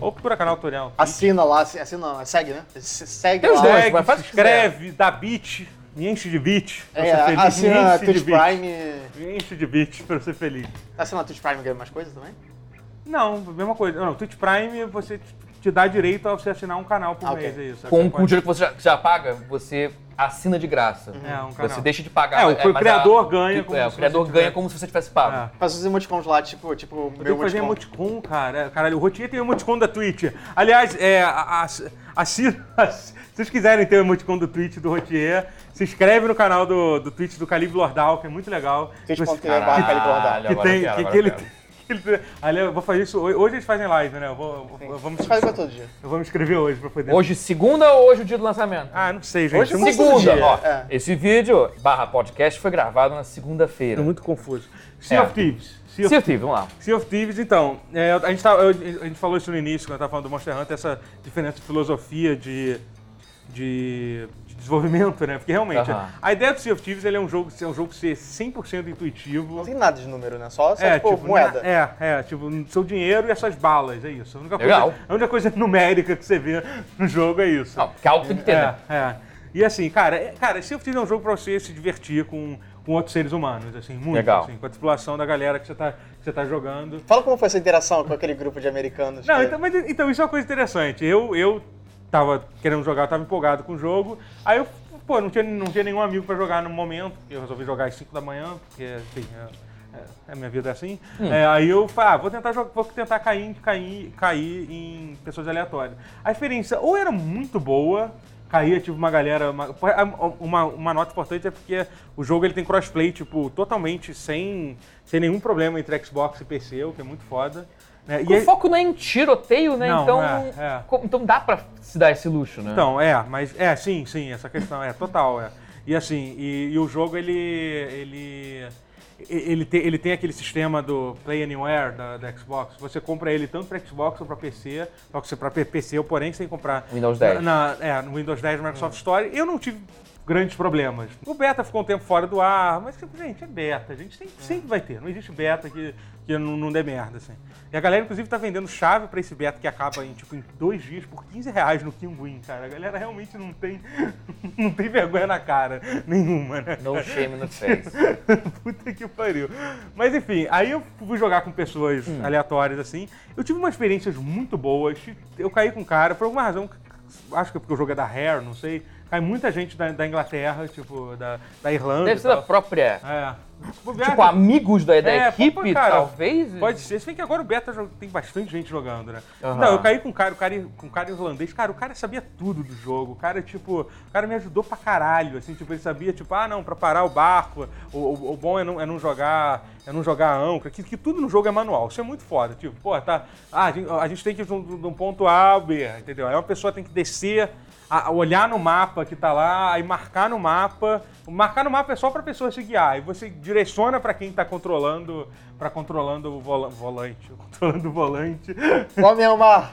Ou procura canal tutorial. Assina lá, assi- assina não, segue, né? Se- Segue Tem os lá. dois. Segue, mas faz o se que quiser. inscreve, dá beat, me enche de beat. pra É, eu ser feliz, assina me enche Twitch de beat. Prime. Me enche de beat pra eu ser feliz. Assina Twitch Prime ganha mais coisas também? Não, mesma coisa. Não, Twitch Prime você te- te dá direito a você assinar um canal por Ah, mês, ok. é isso. Com, Você com o pode- dinheiro que você já, que já paga, você assina de graça. É, um canal. Você deixa de pagar. É, o- mas o a- criador ganha como é, se o você criador tivesse- ganha como se você tivesse pago. É. Faz os emoticons lá, tipo, tipo Eu meu tenho que fazer emoticon. emoticon, cara. É, Caralho, o Rotier tem emoticon da Twitch. Aliás, é, a- a- assina- se vocês quiserem ter o emoticon do Twitch do Rotier, se inscreve no canal do, do Twitch do Calibre Lordal, que é muito legal. Twitch.tv Você- barra Calibre Caralho, Lordal. que agora tem, eu quero, que, agora que ele, eu quero. que ele- Aliás, eu vou fazer isso hoje. Hoje eles fazem live, né? Eu vou, eu vou- vamos, Faz igual todo dia. eu vou me inscrever hoje pra poder. Hoje, segunda ou hoje o dia do lançamento? Ah, não sei, gente. Hoje é é muito, segundo segunda, dia, ó. é. Esse vídeo barra podcast foi gravado na segunda-feira. é muito confuso. É. Sea of Thieves. Sea of, Se eu tive, vamos lá. Sea of Thieves, então. é, a, gente tá- eu- a gente falou isso no início, quando eu tava falando do Monster Hunter, essa diferença de filosofia de. De, de desenvolvimento, né? Porque realmente, Aham. a ideia do Sea of Thieves ele é um jogo, é um jogo ser 100% intuitivo. Não tem nada de número, né? Só, só tipo, moeda. na- É, é, tipo, seu dinheiro e as suas balas, é isso. A única, Legal. Coisa, a única coisa numérica que você vê no jogo é isso. Não, porque algo tem que ter, é, né? é. E assim, cara, é, cara, Sea of Thieves é um jogo pra você se divertir com, com outros seres humanos, assim, muito. Legal. assim, com a tripulação da galera que você tá, que você tá jogando. Fala como foi essa interação com aquele grupo de americanos. Não, que- então, mas, então isso é uma coisa interessante. Eu, eu tava querendo jogar, eu tava empolgado com o jogo. Aí eu, pô, não tinha, não tinha nenhum amigo pra jogar no momento. porque Eu resolvi jogar às 5 da manhã, porque, enfim, é, é, a minha vida é assim. É, aí eu falei, ah, vou tentar, jo- vou tentar cair, em- cair, cair em pessoas aleatórias. A experiência ou era muito boa, caía, tipo, uma galera... Uma, uma, uma nota importante é porque o jogo ele tem crossplay, tipo, totalmente sem, sem nenhum problema entre Xbox e PC, o que é muito foda. né? E O aí- foco não é em tiroteio, né? Não, então, é, é. co- então dá pra se dar esse luxo, né? Então, é, mas é, sim, sim, essa questão é total, é. E assim, e, e o jogo ele ele ele tem, ele tem aquele sistema do Play Anywhere da, da Xbox. Você compra ele tanto para Xbox ou para PC, só que para PC eu porém sem comprar Windows 10. Na, na- é, no Windows 10 Microsoft Store. Eu não tive grandes problemas. O beta ficou um tempo fora do ar, mas, tipo, gente, é beta. A gente tem- sempre vai ter. Não existe beta que, que não, não dê merda, assim. E a galera, inclusive, tá vendendo chave pra esse beta que acaba em, tipo, em dois dias por 15 reais no Kinguin, cara. A galera realmente não tem, não tem vergonha na cara nenhuma, né? No shame no face. Puta que pariu. Mas enfim, aí eu fui jogar com pessoas Hum. aleatórias assim. Eu tive umas experiências muito boas. Eu caí com um cara, por alguma razão, acho que é porque o jogo é da Rare, não sei. Cai muita gente da, da Inglaterra, tipo, da, da Irlanda. Deve e ser da tal. própria. É. Tipo, amigos da, da É, pô, equipe, cara, talvez? Pode ser, se bem que agora o beta jo- tem bastante gente jogando, né? Aham. Não, eu caí com um cara, o cara, com um cara irlandês, cara, o cara sabia tudo do jogo, o cara, tipo, o cara me ajudou pra caralho, assim, tipo, ele sabia, tipo, ah, não, pra parar o barco, o, o- o bom é não, é não jogar, é não jogar a âncora, que, que tudo no jogo é manual, isso é muito foda, tipo, pô, tá, ah, a gente, a gente tem que ir de um, de um ponto A ao B, entendeu? Aí uma pessoa tem que descer, a- a olhar no mapa que tá lá, aí marcar no mapa. Marcar no mapa é só pra pessoa se guiar. E você direciona pra quem tá controlando, para controlando o vola- volante, controlando o volante. Homem é uma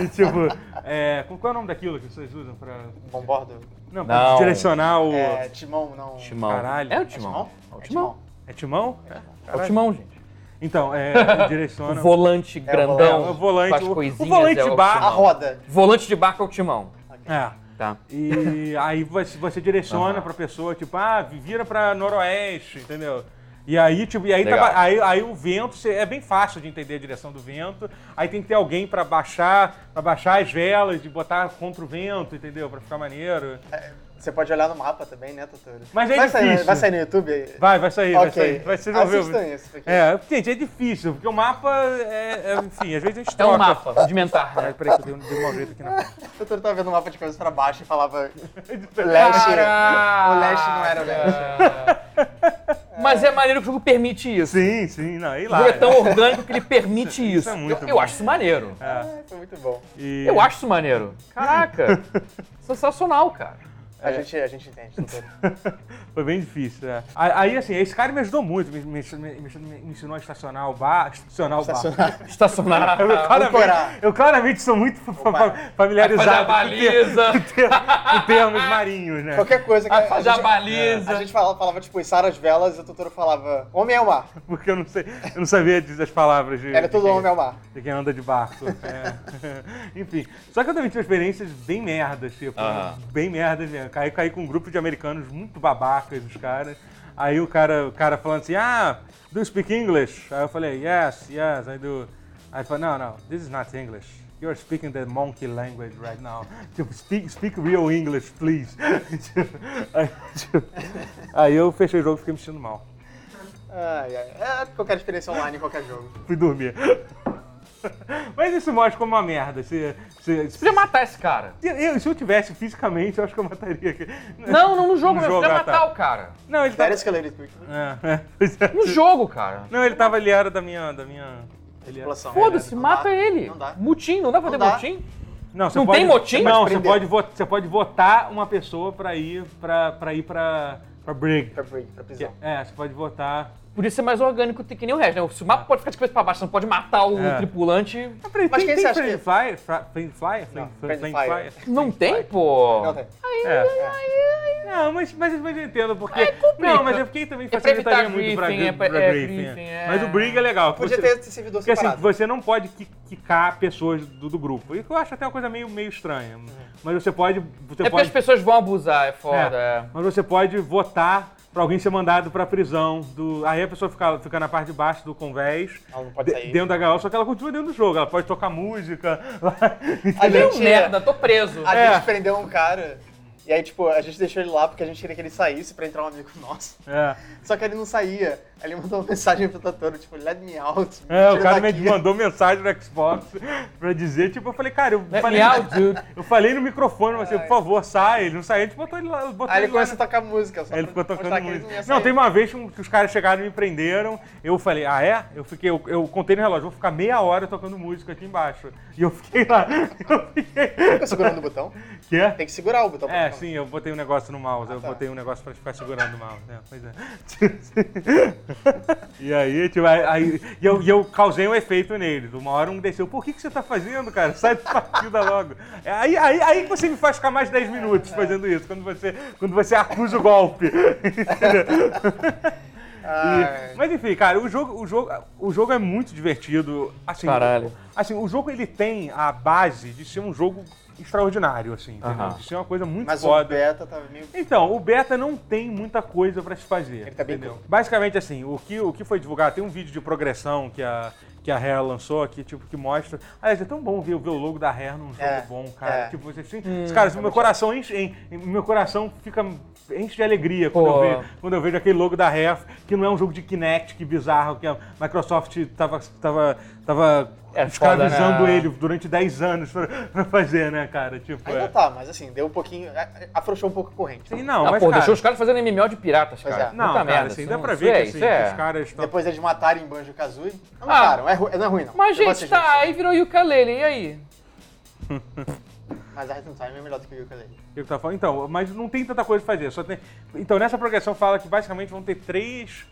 e tipo, é, com- qual é o nome daquilo que vocês usam pra Bombordo? Não, pra Não. direcionar o É, Timão, não. Timão. Caralho. É o É Timão? Timão. É Timão. Timão. é timão? É. É o Timão, gente. Então, é, O direciona volante grandão. é, com o volante, as o- o coisinhas volante é o bar- A Timão. roda. Volante de barco é o Timão. É. Tá. E aí você, você direciona pra pessoa, tipo, ah, vira pra noroeste, entendeu? E aí, tipo, e aí, tá Legal. ba- aí, aí o vento, você- é bem fácil de entender a direção do vento. Aí tem que ter alguém pra baixar, para baixar as velas, de botar contra o vento, entendeu? Pra ficar maneiro. É, Você pode olhar no mapa também, né, Totoro? Mas é vai sair, difícil. vai sair no YouTube? Vai, vai sair, vai Ok. sair. Vai ser vai ver o Assistam vídeo. isso, porque- É, gente, é difícil, porque o mapa é, é, enfim, às vezes a gente É um troca. mapa rudimentar. né? Peraí, peraí, que eu dei um- dei um mau jeito aqui na O Totoro tava vendo o mapa de cabeça pra baixo e falava Leste. leste. O leste não era o leste. Mas é maneiro que o jogo permite isso. Sim, sim, não, aí O lá. jogo é tão orgânico que ele permite isso. é muito eu, eu bom. acho isso maneiro. Ai, Foi muito bom. E- Eu acho isso maneiro. Caraca. sensacional, cara. A, gente, a gente entende, Totoro. Foi bem difícil, é. A- Aí, assim, esse cara me ajudou muito, me, me- me- me- me ensinou a estacionar o bar, estacionar o bar. Estacionar. Eu, ancorar. claramente, eu claramente sou muito fa- fa- Opa. Fazer a familiarizado com, ter, baliza. com termos marinhos, né? Qualquer coisa que a Fazer a gente, baliza. a gente falava, falava, tipo, içar as velas e o Totoro falava homem ao mar. Porque eu não, sei, eu não sabia dizer as palavras. De, Era tudo de quem- homem ao mar. De quem anda de barco. É. Enfim. Só que eu também tive experiências bem merdas, tipo, Aham. bem merdas mesmo. Caí, caí com um grupo de americanos muito babacas, os caras. Aí o cara, o cara falando assim, ah, do you speak English? Aí eu falei, yes, yes, I do. Aí ele falou, no, no, this is not English. You're speaking the monkey language right now. Tipo, speak, speak real English, please. Tipo, aí, tipo, aí eu fechei o jogo e fiquei me sentindo mal. Ai, ai. É qualquer experiência online, em qualquer jogo. Fui dormir. Mas isso mostra como uma merda. Se, se, se- Podia matar esse cara. se eu, se eu tivesse fisicamente, eu acho que eu mataria. aqui. Não, não no jogo, No mas jogo, podia ah, tá. matar o cara. Não, ele That tava... escalated quickly. É, é, pois é. No jogo, cara. Não, ele tava... Ele era da minha... Da minha... Ele era... População. Foda-se, é, Não mata dá, ele. Não dá. Mutim, não dá pra ter dá. motim? Não, você Não pode, tem motim? Não, Pode você prender. pode, vo- você pode votar uma pessoa pra ir pra, pra, ir pra, pra Brig. Pra, briga, pra prisão. É, você pode votar... Podia ser mais orgânico que nem o resto, né? Se o mapa pode ficar de cabeça pra baixo, você não pode matar o É. tripulante. Mas quem você acha que- Flame Flyer? Fra- Flame Flyer? Flame- Não, Flame Friendly Flyer? Fire. Não tem, pô. Não tem. É. Não, mas, mas, mas eu entendo, porque. complica. não, mas eu fiquei também pra facilitaria evitar muito pra, griefing, Griffin, é pra, pra- é, Griffin. griefing, é. Mas o Brig é legal. porque Podia você- ter esse servidor Porque assim, separado. você não pode qui- quicar pessoas do, do grupo. E que eu acho até uma coisa meio, meio estranha. É. Mas você pode. Você É porque as pode pessoas vão abusar, é foda. é. é. Mas você pode votar pra alguém ser mandado pra prisão. Do... Aí a pessoa fica, fica na parte de baixo do convés. Ela não pode de- sair. Dentro da gaiola, só que ela continua dentro do jogo. Ela pode tocar música. A Meu é. gente, um merda, tô preso. a É. gente prendeu um cara. E aí, tipo, a gente deixou ele lá porque a gente queria que ele saísse pra entrar um amigo nosso. É. Só que ele não saía. Aí ele mandou uma mensagem pro Totoro, tipo, let me out. me É, o tira cara me daqui. mandou mensagem no Xbox pra dizer, tipo, eu falei, cara, eu Let falei. me out, dude. Eu falei no microfone, mas assim, Ai. por favor, sai. Ele não saiu, a gente botou ele lá. Botou Aí ele lá começou a tocar música. Só Aí ele pra ficou tocando mostrar que ele música. ia Não, sair. tem uma vez que os caras chegaram e me prenderam. Eu falei, ah, é? Eu fiquei, eu, eu contei no relógio, vou ficar meia hora tocando música aqui embaixo. E eu fiquei lá. Eu fiquei. Fica segurando o botão. Que é? Tem que segurar o botão. pra É, tocar. sim, eu botei um negócio no mouse. eu tá. botei um negócio pra ficar segurando o mouse. né? Pois é. E aí, tipo, aí, aí- e eu, e eu causei um efeito neles. Uma hora um desceu, por que, que você tá fazendo, cara? Sai da partida logo. É Aí, aí, aí que você me faz ficar mais 10 minutos fazendo isso, quando você, quando você acusa o golpe. Ai. Mas enfim, cara, o jogo, o jogo, o jogo é muito divertido. Assim, Caralho. assim, o jogo ele tem a base de ser um jogo extraordinário, assim, entendeu? Aham. De ser uma coisa muito Mas o foda. beta tá meio... Então, o beta não tem muita coisa pra se fazer. Ele tá bem entendeu? curto. Basicamente assim, o que, o que foi divulgado, tem um vídeo de progressão que a que a Rare lançou que tipo, que mostra... Aliás, é tão bom ver, ver o logo da Rare num jogo É, bom, cara. é. Tipo, você assim... Hum, cara, meu coração enche, en- en- meu coração fica... enche de alegria quando Pô. eu, vejo, quando eu vejo aquele logo da Rare, que não é um jogo de Kinect, que bizarro, que a Microsoft tava... tava, tava É foda, escravizando né? ele durante 10 anos pra, pra fazer, né, cara? Tipo, é. Ainda tá, mas assim, deu um pouquinho... Afrouxou um pouco a corrente. Sim, não, Ah, mas, pô, cara, deixou os caras fazendo MMO de piratas, Pois cara. é. Não, Puta cara, merda. assim, isso dá não- pra isso ver que, é, assim, isso é. que os caras estão... Depois eles matarem Banjo-Kazooie. Não Ah. mataram, é, ru... não é ruim não. Mas, Eu vou gente, ser tá, justo. aí virou Yukalele, e aí? Mas a Rhythm Time é melhor do que o Ukulele. Eu que tava falando. Então, mas não tem tanta coisa pra fazer. Só tem... Então, nessa progressão fala que basicamente vão ter três.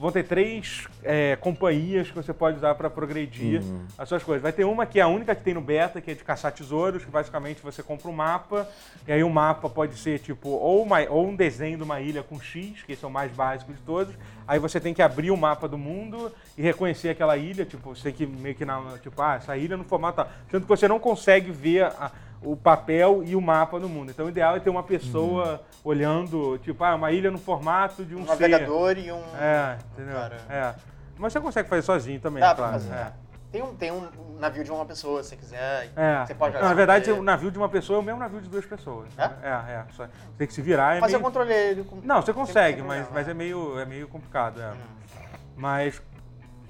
Vão ter três é, companhias que você pode usar pra progredir as suas coisas. Vai ter uma que é a única que tem no beta, que é de caçar tesouros, que basicamente você compra um mapa, e aí o mapa pode ser tipo ou, uma- ou um desenho de uma ilha com X, que esse é o mais básico de todos. Aí você tem que abrir o mapa do mundo e reconhecer aquela ilha, tipo, você tem que meio que na. Tipo, ah, essa ilha no formato. tal. Tanto que você não consegue ver a, o papel e o mapa do mundo. Então o ideal é ter uma pessoa olhando, tipo, ah, uma ilha no formato de um, Um C. navegador e um... É, entendeu? Cara. É. Mas você consegue fazer sozinho também, Dá pra claro. fazer. É. Tem um, tem um navio de uma pessoa, se você quiser. É. Você pode Não, jogar na verdade, com o navio de uma pessoa é o mesmo navio de duas pessoas. É? É, é. Só você tem que se virar. É Mas eu meio... controlei ele com... Não, você sem- sem consegue, problema, mas, mas é, meio, é meio complicado. Hum. É. Mas.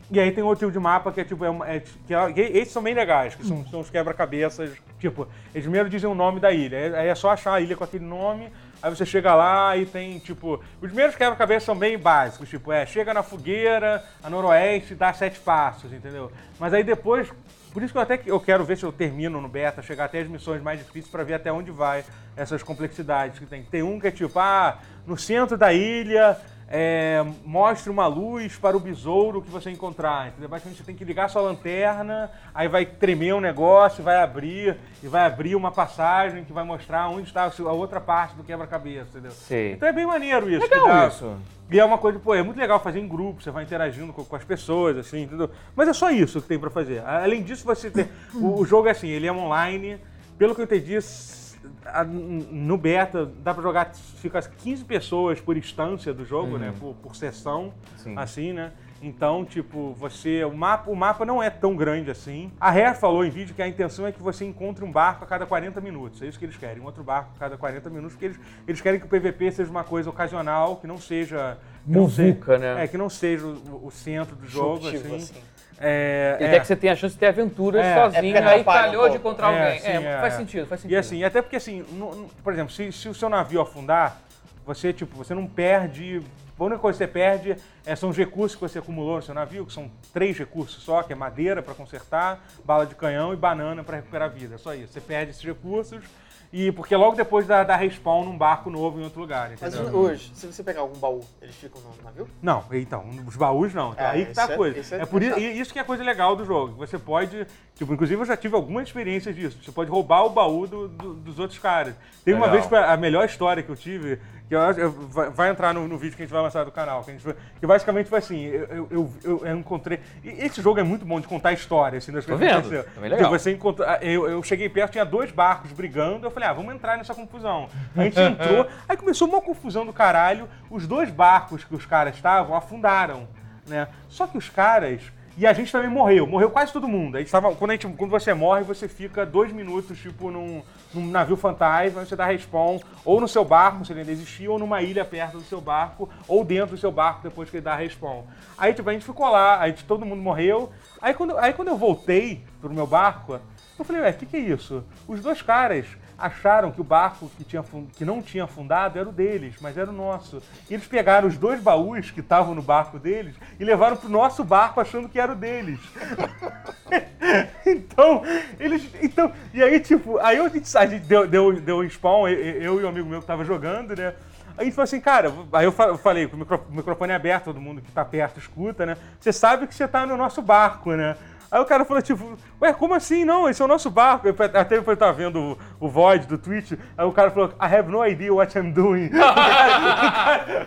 E aí tem outro tipo de mapa que é tipo. É, uma- é, que é- que esses são bem legais, que são, são os quebra-cabeças. Tipo, eles primeiro dizem o nome da ilha. aí- Aí é só achar a ilha com aquele nome. Aí você chega lá e tem, tipo. Os primeiros quebra-cabeças são bem básicos. Tipo, é, chega na fogueira, a noroeste, dá sete passos, entendeu? Mas aí depois. Por isso que eu até que- eu quero ver se eu termino no beta, chegar até as missões mais difíceis pra ver até onde vai essas complexidades que tem. Tem um que é tipo, ah, no centro da ilha é, mostre uma luz para o besouro que você encontrar. Entendeu? Basicamente você tem que ligar sua lanterna, aí vai tremer um negócio, vai abrir, e vai abrir uma passagem que vai mostrar onde está a outra parte do quebra-cabeça, entendeu? Sei. Então é bem maneiro isso. que dá- Legal isso. e é uma coisa, pô, é muito legal fazer em grupo, você vai interagindo com, com as pessoas, assim, entendeu? Mas é só isso que tem pra fazer. A- Além disso, você tem. O, o jogo é assim, ele é online. Pelo que eu entendi, s- a- n- no beta dá pra jogar, fica 15 pessoas por instância do jogo, né? Por, por sessão, Uhum. Sim. assim, né? Então, tipo, você. O mapa, o mapa não é tão grande assim. A Rare falou em vídeo que a intenção é que você encontre um barco a cada 40 minutos. É isso que eles querem. Um outro barco a cada 40 minutos, porque eles, eles querem que o PVP seja uma coisa ocasional, que não seja. que não Muvuca, seja- né? É, que não seja o, o centro do jogo, Disruptivo, assim. assim. É, Ele é. quer que você tenha a chance de ter aventuras É. sozinho, É porque aí atrapalha um calhou de pouco. encontrar alguém. sim, é, faz sentido, faz sentido. E assim, até porque assim, no- no- por exemplo, se, se o seu navio afundar, você tipo, você não perde. A única coisa que você perde é, são os recursos que você acumulou no seu navio, que são três recursos só, que é madeira para consertar, bala de canhão e banana para recuperar a vida. É só isso. Você perde esses recursos e porque logo depois dá, dá respawn num barco novo em outro lugar, Mas entendeu? hoje, se você pegar algum baú, eles ficam no navio? Não, então, os baús não. Então, É, aí que tá isso a é- coisa. isso é É, por isso, chato. e isso que é a coisa legal do jogo. que Você pode. Tipo, inclusive eu já tive algumas experiências disso. Você pode roubar o baú do- do- dos outros caras. Teve uma Legal. vez que foi a melhor história que eu tive, que eu acho- eu- vai, vai entrar no, no vídeo que a gente vai lançar do canal. Que, a gente foi- que basicamente foi assim, eu, eu, eu- eu- eu encontrei. E esse jogo é muito bom de contar história, assim, das Tô coisas que vendo. aconteceu. Tá bem legal. Tipo, você encontra... eu, eu cheguei perto, tinha dois barcos brigando. Eu falei, ah, vamos entrar nessa confusão. A gente entrou, aí começou uma confusão do caralho. Os dois barcos que os caras estavam afundaram, né? Só que os caras. E a gente também morreu, morreu quase todo mundo. A gente tava, quando, a gente- quando você morre, você fica dois minutos, tipo, num, num navio fantasma, você dá respawn ou no seu barco, se ele ainda existia, ou numa ilha perto do seu barco, ou dentro do seu barco depois que ele dá respawn. Aí, tipo, a gente ficou lá, a gente, todo mundo morreu. Aí quando, aí quando eu voltei pro meu barco, eu falei, ué, o que, que é isso? Os dois caras acharam que o barco que, tinha, afun- que não tinha afundado era o deles, mas era o nosso. E eles pegaram os dois baús que estavam no barco deles e levaram pro nosso barco achando que era o deles. então, eles. Então, e aí, tipo, aí eu- a gente, a gente deu, deu, deu um spawn, eu, eu e um amigo meu que tava jogando, né? A gente falou assim, cara, aí eu fa- eu falei, com o micro- microfone aberto, todo mundo que tá perto escuta, né? Você sabe que você tá no nosso barco, né? Aí o cara falou, tipo, ué, como assim? Não, esse é o nosso barco. Eu, até depois eu tava vendo o, o Void do Twitch, aí o cara falou, I have no idea what I'm doing.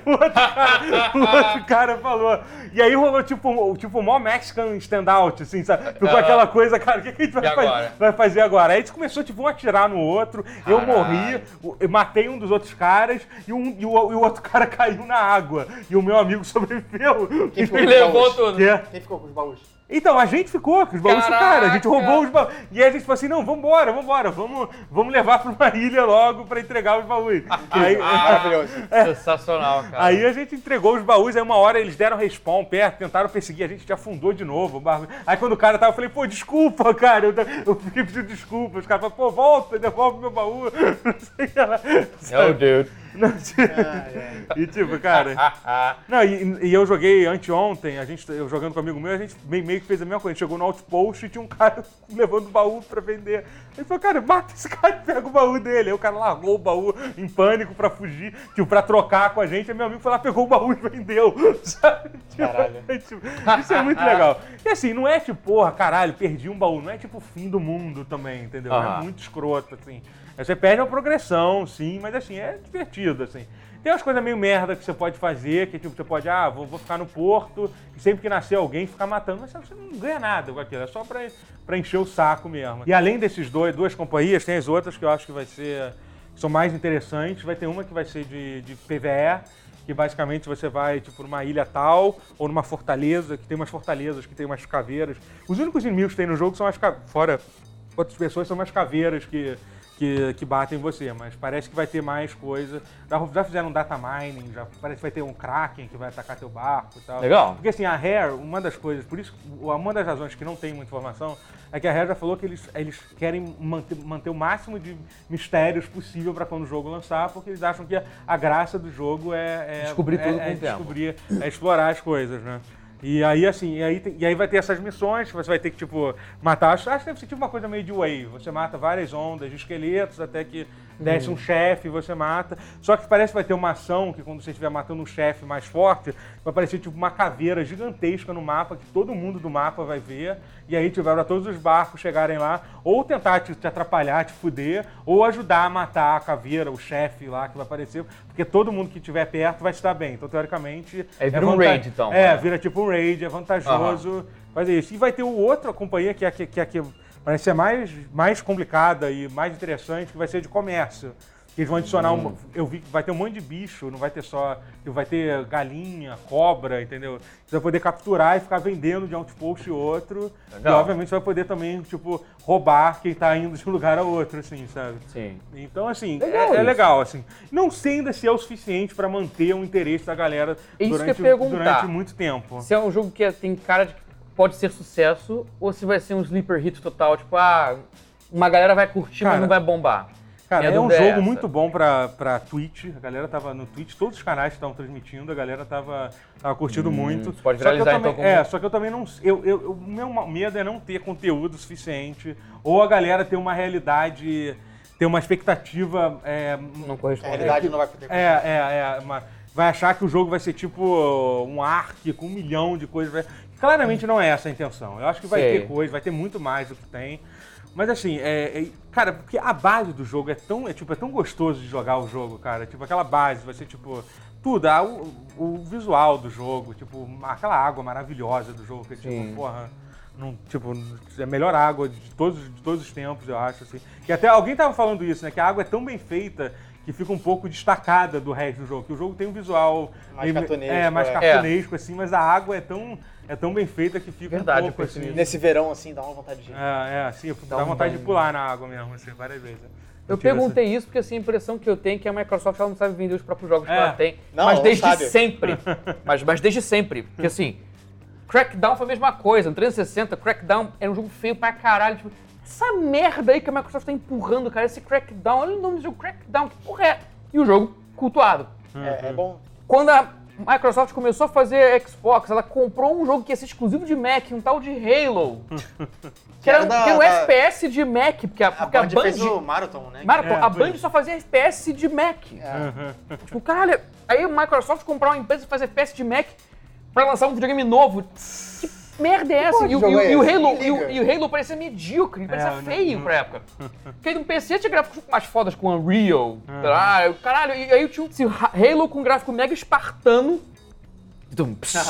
o, outro cara, o outro cara falou. E aí rolou, tipo, um- tipo, o maior Mexican stand-out, assim, sabe? Ficou aquela coisa, cara, o que, que a gente vai E fazer? agora? vai fazer agora? Aí a gente começou, tipo, um a atirar no outro, eu Caralho. morri, o- eu matei um dos outros caras e, um, e, o, e o outro cara caiu na água. E o meu amigo sobreviveu. Quem ficou E com os levou baús? tudo. Que é- Quem ficou com os baús? Então, a gente ficou com os baús do cara, a gente Caraca! roubou os baús. E aí a gente falou assim, não, vambora, vambora, vamos, vamos levar pra uma ilha logo pra entregar os baús. aí, Maravilhoso. Sensacional, cara. É. Aí é a gente entregou os baús, aí uma hora eles deram respawn perto, tentaram perseguir, a gente te afundou de novo. o barco. Aí quando o cara tava, eu falei, pô, desculpa, cara, eu, eu fiquei pedindo desculpa. Os caras falaram, pô, volta, devolve meu baú. Não sei o que lá. Meu Deus. Não, e tipo, cara. Não, e, e eu joguei anteontem, a gente, eu jogando com um amigo meu, a gente meio, meio que fez a mesma coisa. A gente chegou no Outpost e tinha um cara levando o baú pra vender. Ele falou, cara, mata esse cara e pega o baú dele. Aí o cara largou o baú em pânico pra fugir, tipo, pra trocar com a gente. Aí meu amigo foi lá, pegou o baú e vendeu, sabe? Tipo, Caralho. é, tipo, isso é muito legal. E assim, não é tipo, porra, caralho, perdi um baú. Não é tipo o fim do mundo também, entendeu? Aham. É muito escroto, assim. Aí Você perde uma progressão, sim, mas assim, é divertido, assim. Tem umas coisas meio merda que você pode fazer, que tipo, você pode, ah, vou, vou ficar no porto, e sempre que nascer alguém, ficar matando. Mas sabe, você não ganha nada com aquilo, é só pra, pra encher o saco mesmo. E além desses dois, duas companhias, tem as outras que eu acho que vai ser... que são mais interessantes. Vai ter uma que vai ser de, de PVE, que basicamente você vai tipo numa ilha tal ou numa fortaleza que tem umas fortalezas que tem umas caveiras. Os únicos inimigos que tem no jogo são as ca- fora outras pessoas são umas caveiras que que, que batem em você, mas parece que vai ter mais coisa. Já, já fizeram um data mining, já parece que vai ter um Kraken que vai atacar teu barco e tal. Legal. Porque assim, a Rare, uma das coisas, por isso, uma das razões que não tem muita informação é que a Rare já falou que eles, eles querem manter, manter o máximo de mistérios possível para quando o jogo lançar, porque eles acham que a, a graça do jogo é, é Descobrir é- tudo com é o tempo. descobrir, é explorar as coisas, né? E aí, assim, e aí, tem- e aí vai ter essas missões, que você vai ter que, tipo, matar. Acho, acho que deve ser tipo uma coisa meio de wave. Você mata várias ondas de esqueletos até que Hum. desce um chefe e você mata. Só que parece que vai ter uma ação que quando você estiver matando um chefe mais forte, vai aparecer tipo uma caveira gigantesca no mapa que todo mundo do mapa vai ver. E aí tiveram todos os barcos chegarem lá, ou tentar te, te atrapalhar, te fuder, ou ajudar a matar a caveira, o chefe lá que vai aparecer, porque todo mundo que estiver perto vai se dar bem. Então, teoricamente. Aí vira um vanta- raid, então. É, vira tipo um raid, é vantajoso fazer isso. E vai ter o outra companhia que é a que, que, é a que parece ser mais, mais complicada e mais interessante, que vai ser de comércio. Que eles vão adicionar um. Eu vi que vai ter um monte de bicho, não vai ter só. Vai ter galinha, cobra, entendeu? Você vai poder capturar e ficar vendendo de outpost e outro. Legal. E obviamente você vai poder também, tipo, roubar quem tá indo de um lugar a outro, assim, sabe? Sim. Então, assim, Legal é, é isso. legal, assim. Não sei ainda se é o suficiente pra manter o interesse da galera É isso durante, que eu ia perguntar. durante muito tempo. Se é um jogo que tem cara de que pode ser sucesso, ou se vai ser um sleeper hit total, tipo, ah, uma galera vai curtir, Cara, mas não vai bombar. Cara, Minha é um dúvida jogo essa. muito bom pra, pra Twitch. A galera tava no Twitch, todos os canais estavam transmitindo, a galera tava, tava curtindo muito. Hum, pode Só que eu viralizar, também- então, como- É, só que eu também não. Eu, eu, eu- o meu ma- medo é não ter conteúdo suficiente, ou a galera ter uma realidade, ter uma expectativa é, Não A corresponde. realidade não vai poder. É, é, é. uma- vai achar que o jogo vai ser tipo um arc com um milhão de coisas. vai- Claramente não é essa a intenção. Eu acho que vai Sei. ter coisa, vai ter muito mais do que tem. Mas assim, é, é- cara, porque a base do jogo é tão, é, tipo, é tão gostoso de jogar o jogo, cara. Tipo, aquela base vai ser tipo tudo, ah, o, o visual do jogo, tipo, aquela água maravilhosa do jogo, que é, tipo, Sim. porra, não, tipo, é a melhor água de todos, de todos os tempos, eu acho, assim. Que até alguém tava falando isso, né? Que a água é tão bem feita que fica um pouco destacada do resto do jogo. Que o jogo tem um visual... Mais meio- cartunesco, É, mais é. cartunesco, assim, mas a água é tão, é tão bem feita que fica Verdade, um eu pouco, pensei assim... nisso. Nesse verão, assim, dá uma vontade de. ir. É, é, assim, dá, Dá um vontade de banho. pular na água mesmo, assim, várias vezes. Eu Mentira, perguntei isso porque assim, a impressão que eu tenho é que a Microsoft ela não sabe vender os próprios jogos É. que ela tem. Não, mas não desde sabe. sempre. mas, mas desde sempre. Porque assim, Crackdown foi a mesma coisa. No 360, Crackdown era um jogo feio pra caralho. Tipo, essa merda aí que a Microsoft tá empurrando, cara. Esse Crackdown, olha o nome do jogo, Crackdown, que porra é? E o jogo cultuado. É, é bom. Quando a Microsoft começou a fazer Xbox, ela comprou um jogo que ia ser exclusivo de Mac, um tal de Halo. que era, Hum. era da- que era um da- FPS de Mac, porque a, A porque a Band Band. fez o Marathon, né? Uhum. Marathon, É, a foi. Band só fazia FPS de Mac. É, Tipo, caralho, aí a Microsoft comprar uma empresa e fazer FPS de Mac pra lançar um videogame novo. Que merda é essa? porra de E, o- jogo e o- é e o esse? Halo, Me e, o, liga. e o Halo parecia medíocre, ele parecia É, eu não- feio não- pra época. Porque no PC tinha gráficos mais fodas com Unreal. É. Ah, eu- caralho, e aí tinha esse Ra- Halo com gráfico mega espartano. Dum, pss,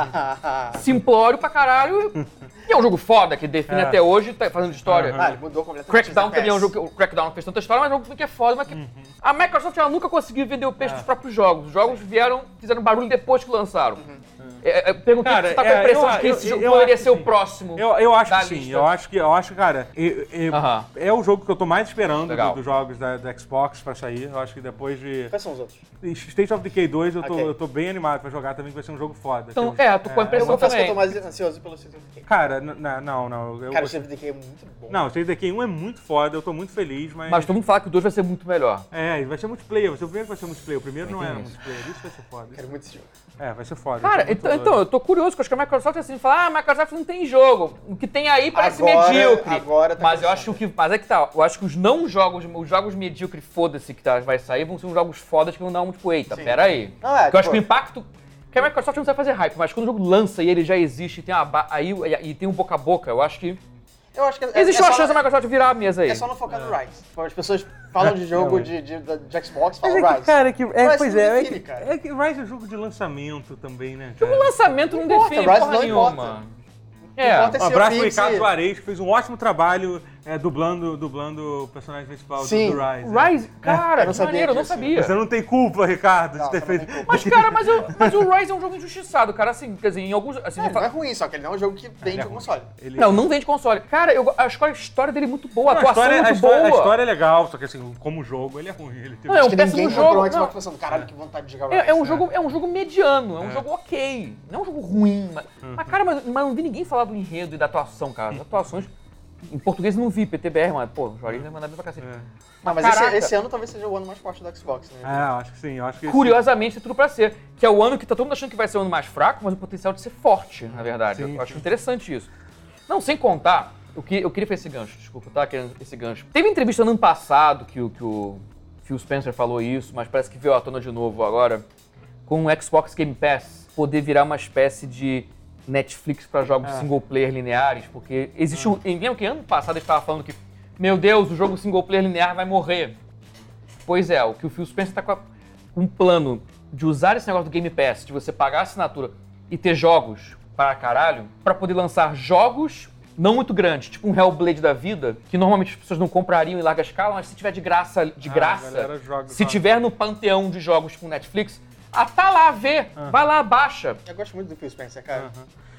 Ah, Simplório pra caralho. E é um jogo foda que define É. até hoje, tá fazendo história. Ah, ele mudou completamente. Crackdown os também é um FPS. jogo que, o Crackdown fez tanta história, mas é um jogo que é foda, mas que a Microsoft ela nunca conseguiu vender o peixe É. dos próprios jogos. Os jogos vieram, fizeram barulho depois que lançaram. Uhum. É, é, perguntei Cara, se você tá com é, a impressão eu- de que eu- esse jogo eu poderia acho ser que o próximo. Eu, eu acho da que sim, lista. eu acho que, eu acho, cara, eu- eu- Aham. é o jogo que eu tô mais esperando Legal. dos jogos da, da Xbox pra sair. Eu acho que depois de Quais são os outros? State of Decay 2 eu tô, Ok. eu tô bem animado pra jogar também, que vai ser um jogo foda. Então, Que eu- é, eu tô com a Eu impressão confesso que eu também. tô mais ansioso pelo Citizen Kane. Cara, n- n- não, não. Eu, Cara, o eu, Citizen Kane é muito bom. não, State of Decay 1 é muito foda, eu tô muito feliz, mas... Mas todo mundo fala que o 2 vai ser muito melhor. É, e vai ser multiplayer, vai ser o primeiro que vai ser multiplayer. O primeiro não Também era tem isso. multiplayer, isso vai ser foda. Quero muito esse jogo. É, vai ser foda. vai Cara, ser muito então, doido. então, eu tô curioso, porque eu acho que a Microsoft assim, fala, ah, a Microsoft não tem jogo. O que tem aí parece Agora- medíocre. agora tá mas eu começando. acho que. Mas é que tá, eu acho que os não jogos, os jogos medíocre, foda-se que tá, vai sair, vão ser uns jogos fodas que vão dar um tipo, eita, Sim. pera aí. Não, é, Porque eu acho tipo- que é o impacto. Porque a Microsoft não sabe fazer hype, mas quando o jogo lança e ele já existe, tem uma ba- aí e tem um boca a boca, eu acho que. Eu acho que é, Existe é uma só- chance da Microsoft virar a mesa aí. É só não focar no Rise. As pessoas falam de jogo de, de, da- de Xbox, falam Mas é que, Rise. cara, é que, é, Rise pois não é, é define, que, cara. é que Rise é jogo de lançamento também, né? O lançamento não, importa, define Rise porra não nenhuma. importa. É. importa Um esse abraço pro Phoenix Ricardo e- Juarez, que fez um ótimo trabalho é, dublando, dublando o personagem principal do- Sim, do Rise. né? Rise, cara, É, Eu não que sabia maneiro, eu não disso. sabia. Você não tem culpa, Ricardo, Não, de ter você não tem feito. culpa. Mas, cara, mas, eu, mas o Rise é um jogo injustiçado, cara. Assim, quer dizer, em alguns. Assim, É, de fa- não é ruim, só que ele não é um jogo que vende o console. Ele- Não, não vende console. Cara, eu acho que a história dele é muito boa, a Não, atuação é história, muito a história- boa. a história é legal, só que assim, como jogo, ele é ruim. Ele teve... Não, é um Acho que ninguém péssimo jogo. comprou um Xbox não. pensando, caralho, que vontade de jogar Rise. É, é um jogo, é um jogo mediano, é um jogo ok. Não é um jogo ruim. Mas, mas, cara, mas, mas não vi ninguém falar do enredo e da atuação, cara. As atuações. Em português não vi, PTBR, mas, pô, o Juarez vai mandar bem pra cacete. Não, mas esse, Caraca. esse ano talvez seja o ano mais forte do Xbox, né? É, eu acho que sim, eu acho que. Curiosamente, tem tudo pra ser. Que é o ano que tá todo mundo achando que vai ser o ano mais fraco, mas o potencial de ser forte, na verdade. Sim, eu acho sim. interessante isso. Não, sem contar, eu, que, eu queria fazer esse gancho, desculpa, tá? Querendo esse gancho. Teve entrevista no ano passado que, o- que o Phil Spencer falou isso, mas parece que veio à tona de novo agora. Com o Xbox Game Pass poder virar uma espécie de Netflix pra jogos É. single player lineares, porque existe um. Lembra que ano passado ele estava falando que, meu Deus, o jogo single player linear vai morrer. Pois é, o que o Phil Spencer tá com a- um plano de usar esse negócio do Game Pass, de você pagar a assinatura e ter jogos para caralho, para poder lançar jogos não muito grandes, tipo um Hellblade da vida, que normalmente as pessoas não comprariam em larga escala, mas se tiver de graça, de Ah, a galera graça, joga, se joga. tiver no panteão de jogos tipo Netflix, ah, tá lá, vê, vai lá, baixa. Eu gosto muito do Phil Spencer, cara.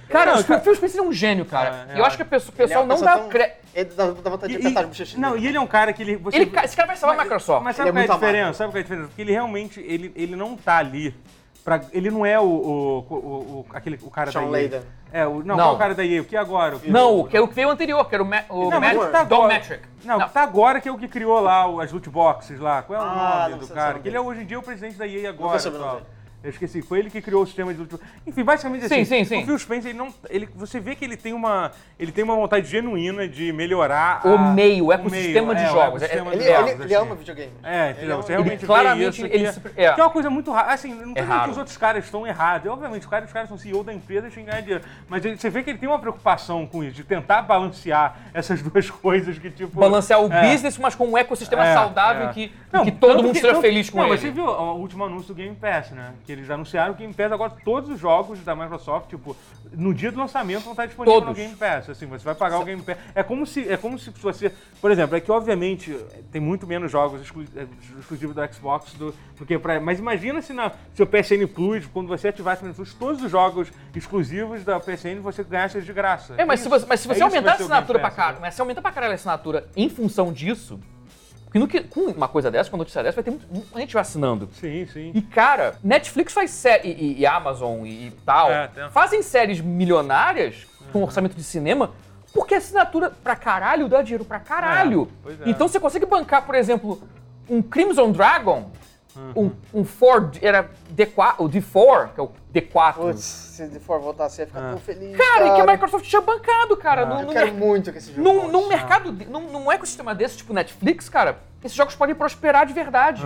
Cara, Não, o cara- Phil Spencer é um gênio, cara. É, E é. eu acho que a pessoa- o Ele é pessoal uma não pessoa dá tão- crédito. Ele dá, dá vontade de E- apertar e- as bochechas Não, dele. e ele é um cara que ele. você- Ele, ca- esse cara vai salvar a Microsoft. Mas Ele sabe é qual é a muito amado. diferença? Sabe qual é a diferença? Porque ele realmente, ele, ele não tá ali. Pra, ele não é o, o, o- o- aquele, o cara Sean da EA. Layden. É, o, não, Não. qual é o cara da EA? O que é agora? O que- Não, o que, o que veio anterior, que era o, Ma o Não, mas Magic- o que tá Don agora- Metric. Não, o que tá agora que é o que criou lá o- as loot boxes lá. Qual é o Ah, nome não do sei, cara? sei Que ele é hoje em dia o presidente da EA agora. Nunca soube o tal. nome dele. Eu esqueci, foi ele que criou o sistema de loot box. Enfim, basicamente Sim, assim, sim, sim. o Phil Spencer, ele não, ele, você vê que ele tem, uma, ele tem uma vontade genuína de melhorar O a- meio, o meio, ecossistema de é, o jogos. ecossistema Ele, de ele, jogos, ele assim. ama videogame. É, entendeu? Você Ele- realmente claramente, vê isso, um- ele que, se- é, é. que é uma coisa muito rara. Assim, não tô É dizendo que raro. os outros caras estão errados. É, Obviamente, os caras, os caras são CEO da empresa e têm que ganhar dinheiro. Mas ele- você vê que ele tem uma preocupação com isso, de tentar balancear essas duas coisas que, tipo... balancear o é, business, mas com um ecossistema é, saudável é. Que, Não, que todo tanto mundo seja tanto- feliz com não, Mas você ele. viu o último anúncio do Game Pass, né? Que eles anunciaram o Game Pass, agora todos os jogos da Microsoft, tipo, no dia do lançamento vão estar disponíveis no Todos. Game Pass. Assim, você vai pagar o Game Pass. É como se, é como se você... Por exemplo, é que obviamente tem muito menos jogos exclu- eh, exclusivos do Xbox do, do que pra... Mas imagina se na seu PSN Plus, quando você ativasse o PSN Plus, todos os jogos exclusivos da PSN você ganhasse eles de graça. É, mas, se isso. você, mas se É você isso que aumentar a vai ser o Game assinatura pra Pass, caralho, né? mas se aumentar pra caralho a assinatura em função disso, porque no que, com uma coisa dessa, com uma notícia dessa, vai ter muito, muita gente vacinando. Sim, sim. E, cara, Netflix faz série, e, e Amazon e, e tal, É, tem. Uhum. fazem séries milionárias com orçamento de cinema, porque assinatura pra caralho dá dinheiro pra caralho. É, pois é. Então você consegue bancar, por exemplo, um Crimson Dragon Uhum. Um, um Ford era D4, o D4, que é o D4. Putz, se de for voltar assim, ia Ah. ficar tão feliz. Cara, e é que a Microsoft tinha bancado, cara. no, Eu no quero merc- muito que esse jogo. num, num volte. mercado, de- num, num ecossistema desse, tipo Netflix, cara, esses jogos podem prosperar de verdade.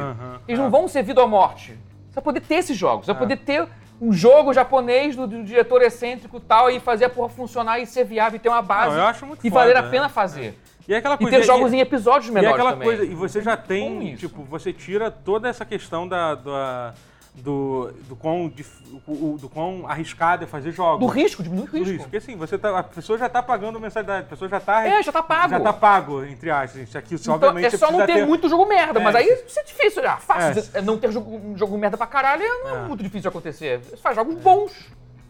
Eles é. não vão ser vida ou morte. Você vai poder ter esses jogos, você vai poder ter um jogo japonês do, do diretor excêntrico e tal e fazer a porra funcionar e ser viável e ter uma base. Não, eu acho muito e valer foda, a pena é. fazer. E é aquela E coisa. ter jogos em episódios E é menores aquela também. né? coisa, e você já tem, isso. tipo, você tira toda essa questão da, da- do, do, quão, dif- o- o- do quão arriscado é fazer jogos. Do risco, diminui o Do risco. risco. Porque assim, você tá, a pessoa já tá pagando mensalidade, a pessoa já tá... É, já tá pago. Já tá pago, entre aspas. Isso aqui, Então, obviamente, é você só não precisa ter, muito jogo merda, É, mas aí isso. isso é difícil. Ah, fácil. É. É, Não ter jogo, um jogo merda pra caralho não é, muito difícil de acontecer. Você faz É. jogos bons.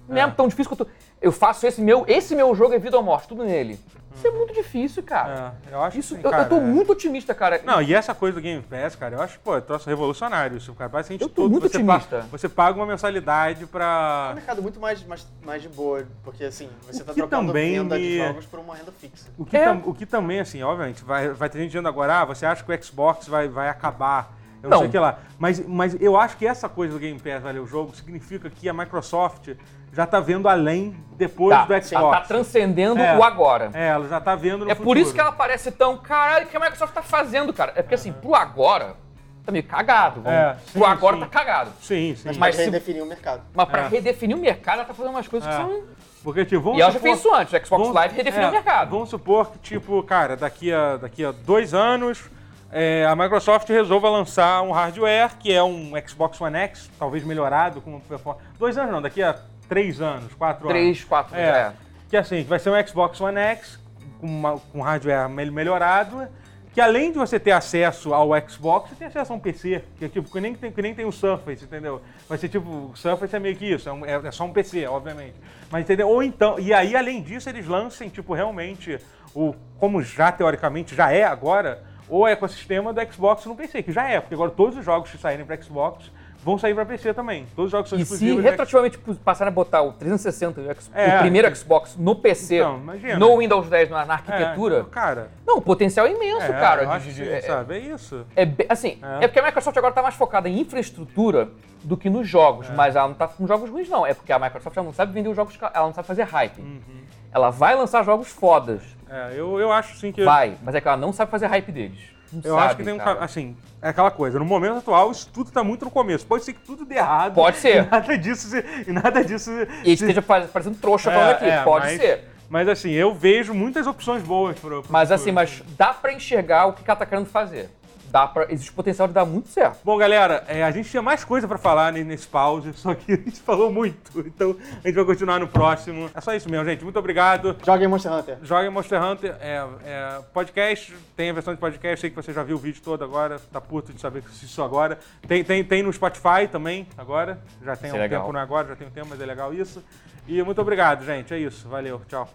Não é tão difícil quanto. Eu faço esse meu. Esse meu jogo é vida ou morte, tudo nele. Isso é muito difícil, cara. É, eu acho Isso, assim, eu, cara, eu tô é. muito otimista, cara. Não, é e essa coisa do Game Pass, cara, eu acho, pô, é troço revolucionário. Isso, cara, basicamente Eu tô tudo, muito você pa- otimista. você paga uma mensalidade pra... É um mercado muito mais, mais, mais de boa, porque assim, você tá que trocando também venda me- de jogos por uma renda fixa. O que, É. tam- o que também, assim, obviamente, vai, vai ter gente dizendo agora, ah, você acha que o Xbox vai, vai acabar, eu não, Não. sei o que lá. Mas, mas eu acho que essa coisa do Game Pass valer o jogo significa que a Microsoft já tá vendo além depois Tá, do tá, Xbox. tá transcendendo É. o agora. É, ela já tá vendo no É, por isso que futuro. ela parece tão. Caralho, o que a Microsoft tá fazendo, cara? É porque assim, pro agora, tá meio cagado. vamos- É, sim, pro agora sim. tá cagado. Sim, sim. Mas, Mas mas se- redefinir o mercado. Mas pra É. redefinir o mercado, ela tá fazendo umas coisas É. que são. Porque, tipo, vamos E ela já supor- fez isso antes, o Xbox vamos- Live redefiniu é, o mercado. Vamos supor que, tipo, cara, daqui a, daqui a dois anos é, a Microsoft resolva lançar um hardware que é um Xbox One X, talvez melhorado com performance. Dois anos não, daqui a três anos, quatro anos. 3, 4, É, Que assim, que vai ser um Xbox One X com, uma- com hardware mel- melhorado. Que além de você ter acesso ao Xbox, você tem acesso a um PC. Que é tipo, que nem tem, que nem tem o Surface, entendeu? Vai ser tipo, o Surface é meio que isso, é, um- é- é só um PC, obviamente. Mas entendeu? Ou então, e aí além disso, eles lancem, tipo, realmente, o, como já teoricamente já é agora, o ecossistema do Xbox no PC, que já é, porque agora todos os jogos que saírem para Xbox vão sair para PC também. Todos os jogos E são se exclusivos. do Xbox. retroativamente pu- passarem a botar o 360, o, X- É. o primeiro Xbox no PC, Então, imagina. no Windows 10, na, na arquitetura, É, então, cara. não, o potencial é imenso, é, cara. eu de- acho de- que, é- sabe, é isso. é be- assim, É. é. porque a Microsoft agora tá mais focada em infraestrutura do que nos jogos, É. mas ela não tá com jogos ruins, não. É porque a Microsoft ela não sabe vender os jogos, ca- ela não sabe fazer hype. Uhum. Ela vai lançar jogos fodas, É, eu, eu acho sim que. vai, mas é que ela não sabe fazer hype deles. Não Eu sabe, acho que tem um. cara. ca- Assim, é aquela coisa. No momento atual, isso tudo tá muito no começo. Pode ser que tudo dê errado. Pode ser. E nada disso. se- E nada disso. E a gente esteja pare- parecendo trouxa falando aqui, pode mas, ser. Mas assim, eu vejo muitas opções boas pro. pro Mas futuro. assim, mas dá pra enxergar o que ela tá querendo fazer. Dá pra, existe potencial de dar muito certo. Bom, galera, é, a gente tinha mais coisa pra falar ne- nesse pause, só que a gente falou muito. Então a gente vai continuar no próximo. É só isso mesmo, gente. Muito obrigado. Joguem Monster Hunter. Joga em Monster Hunter, é, é, podcast, tem a versão de podcast, sei que você já viu o vídeo todo agora, tá puto de saber isso agora. Tem, tem, tem no Spotify também, agora, já tem Isso um é legal. tempo, não é agora, já tem um tempo, mas é legal isso. E muito obrigado, gente, é isso, valeu, tchau.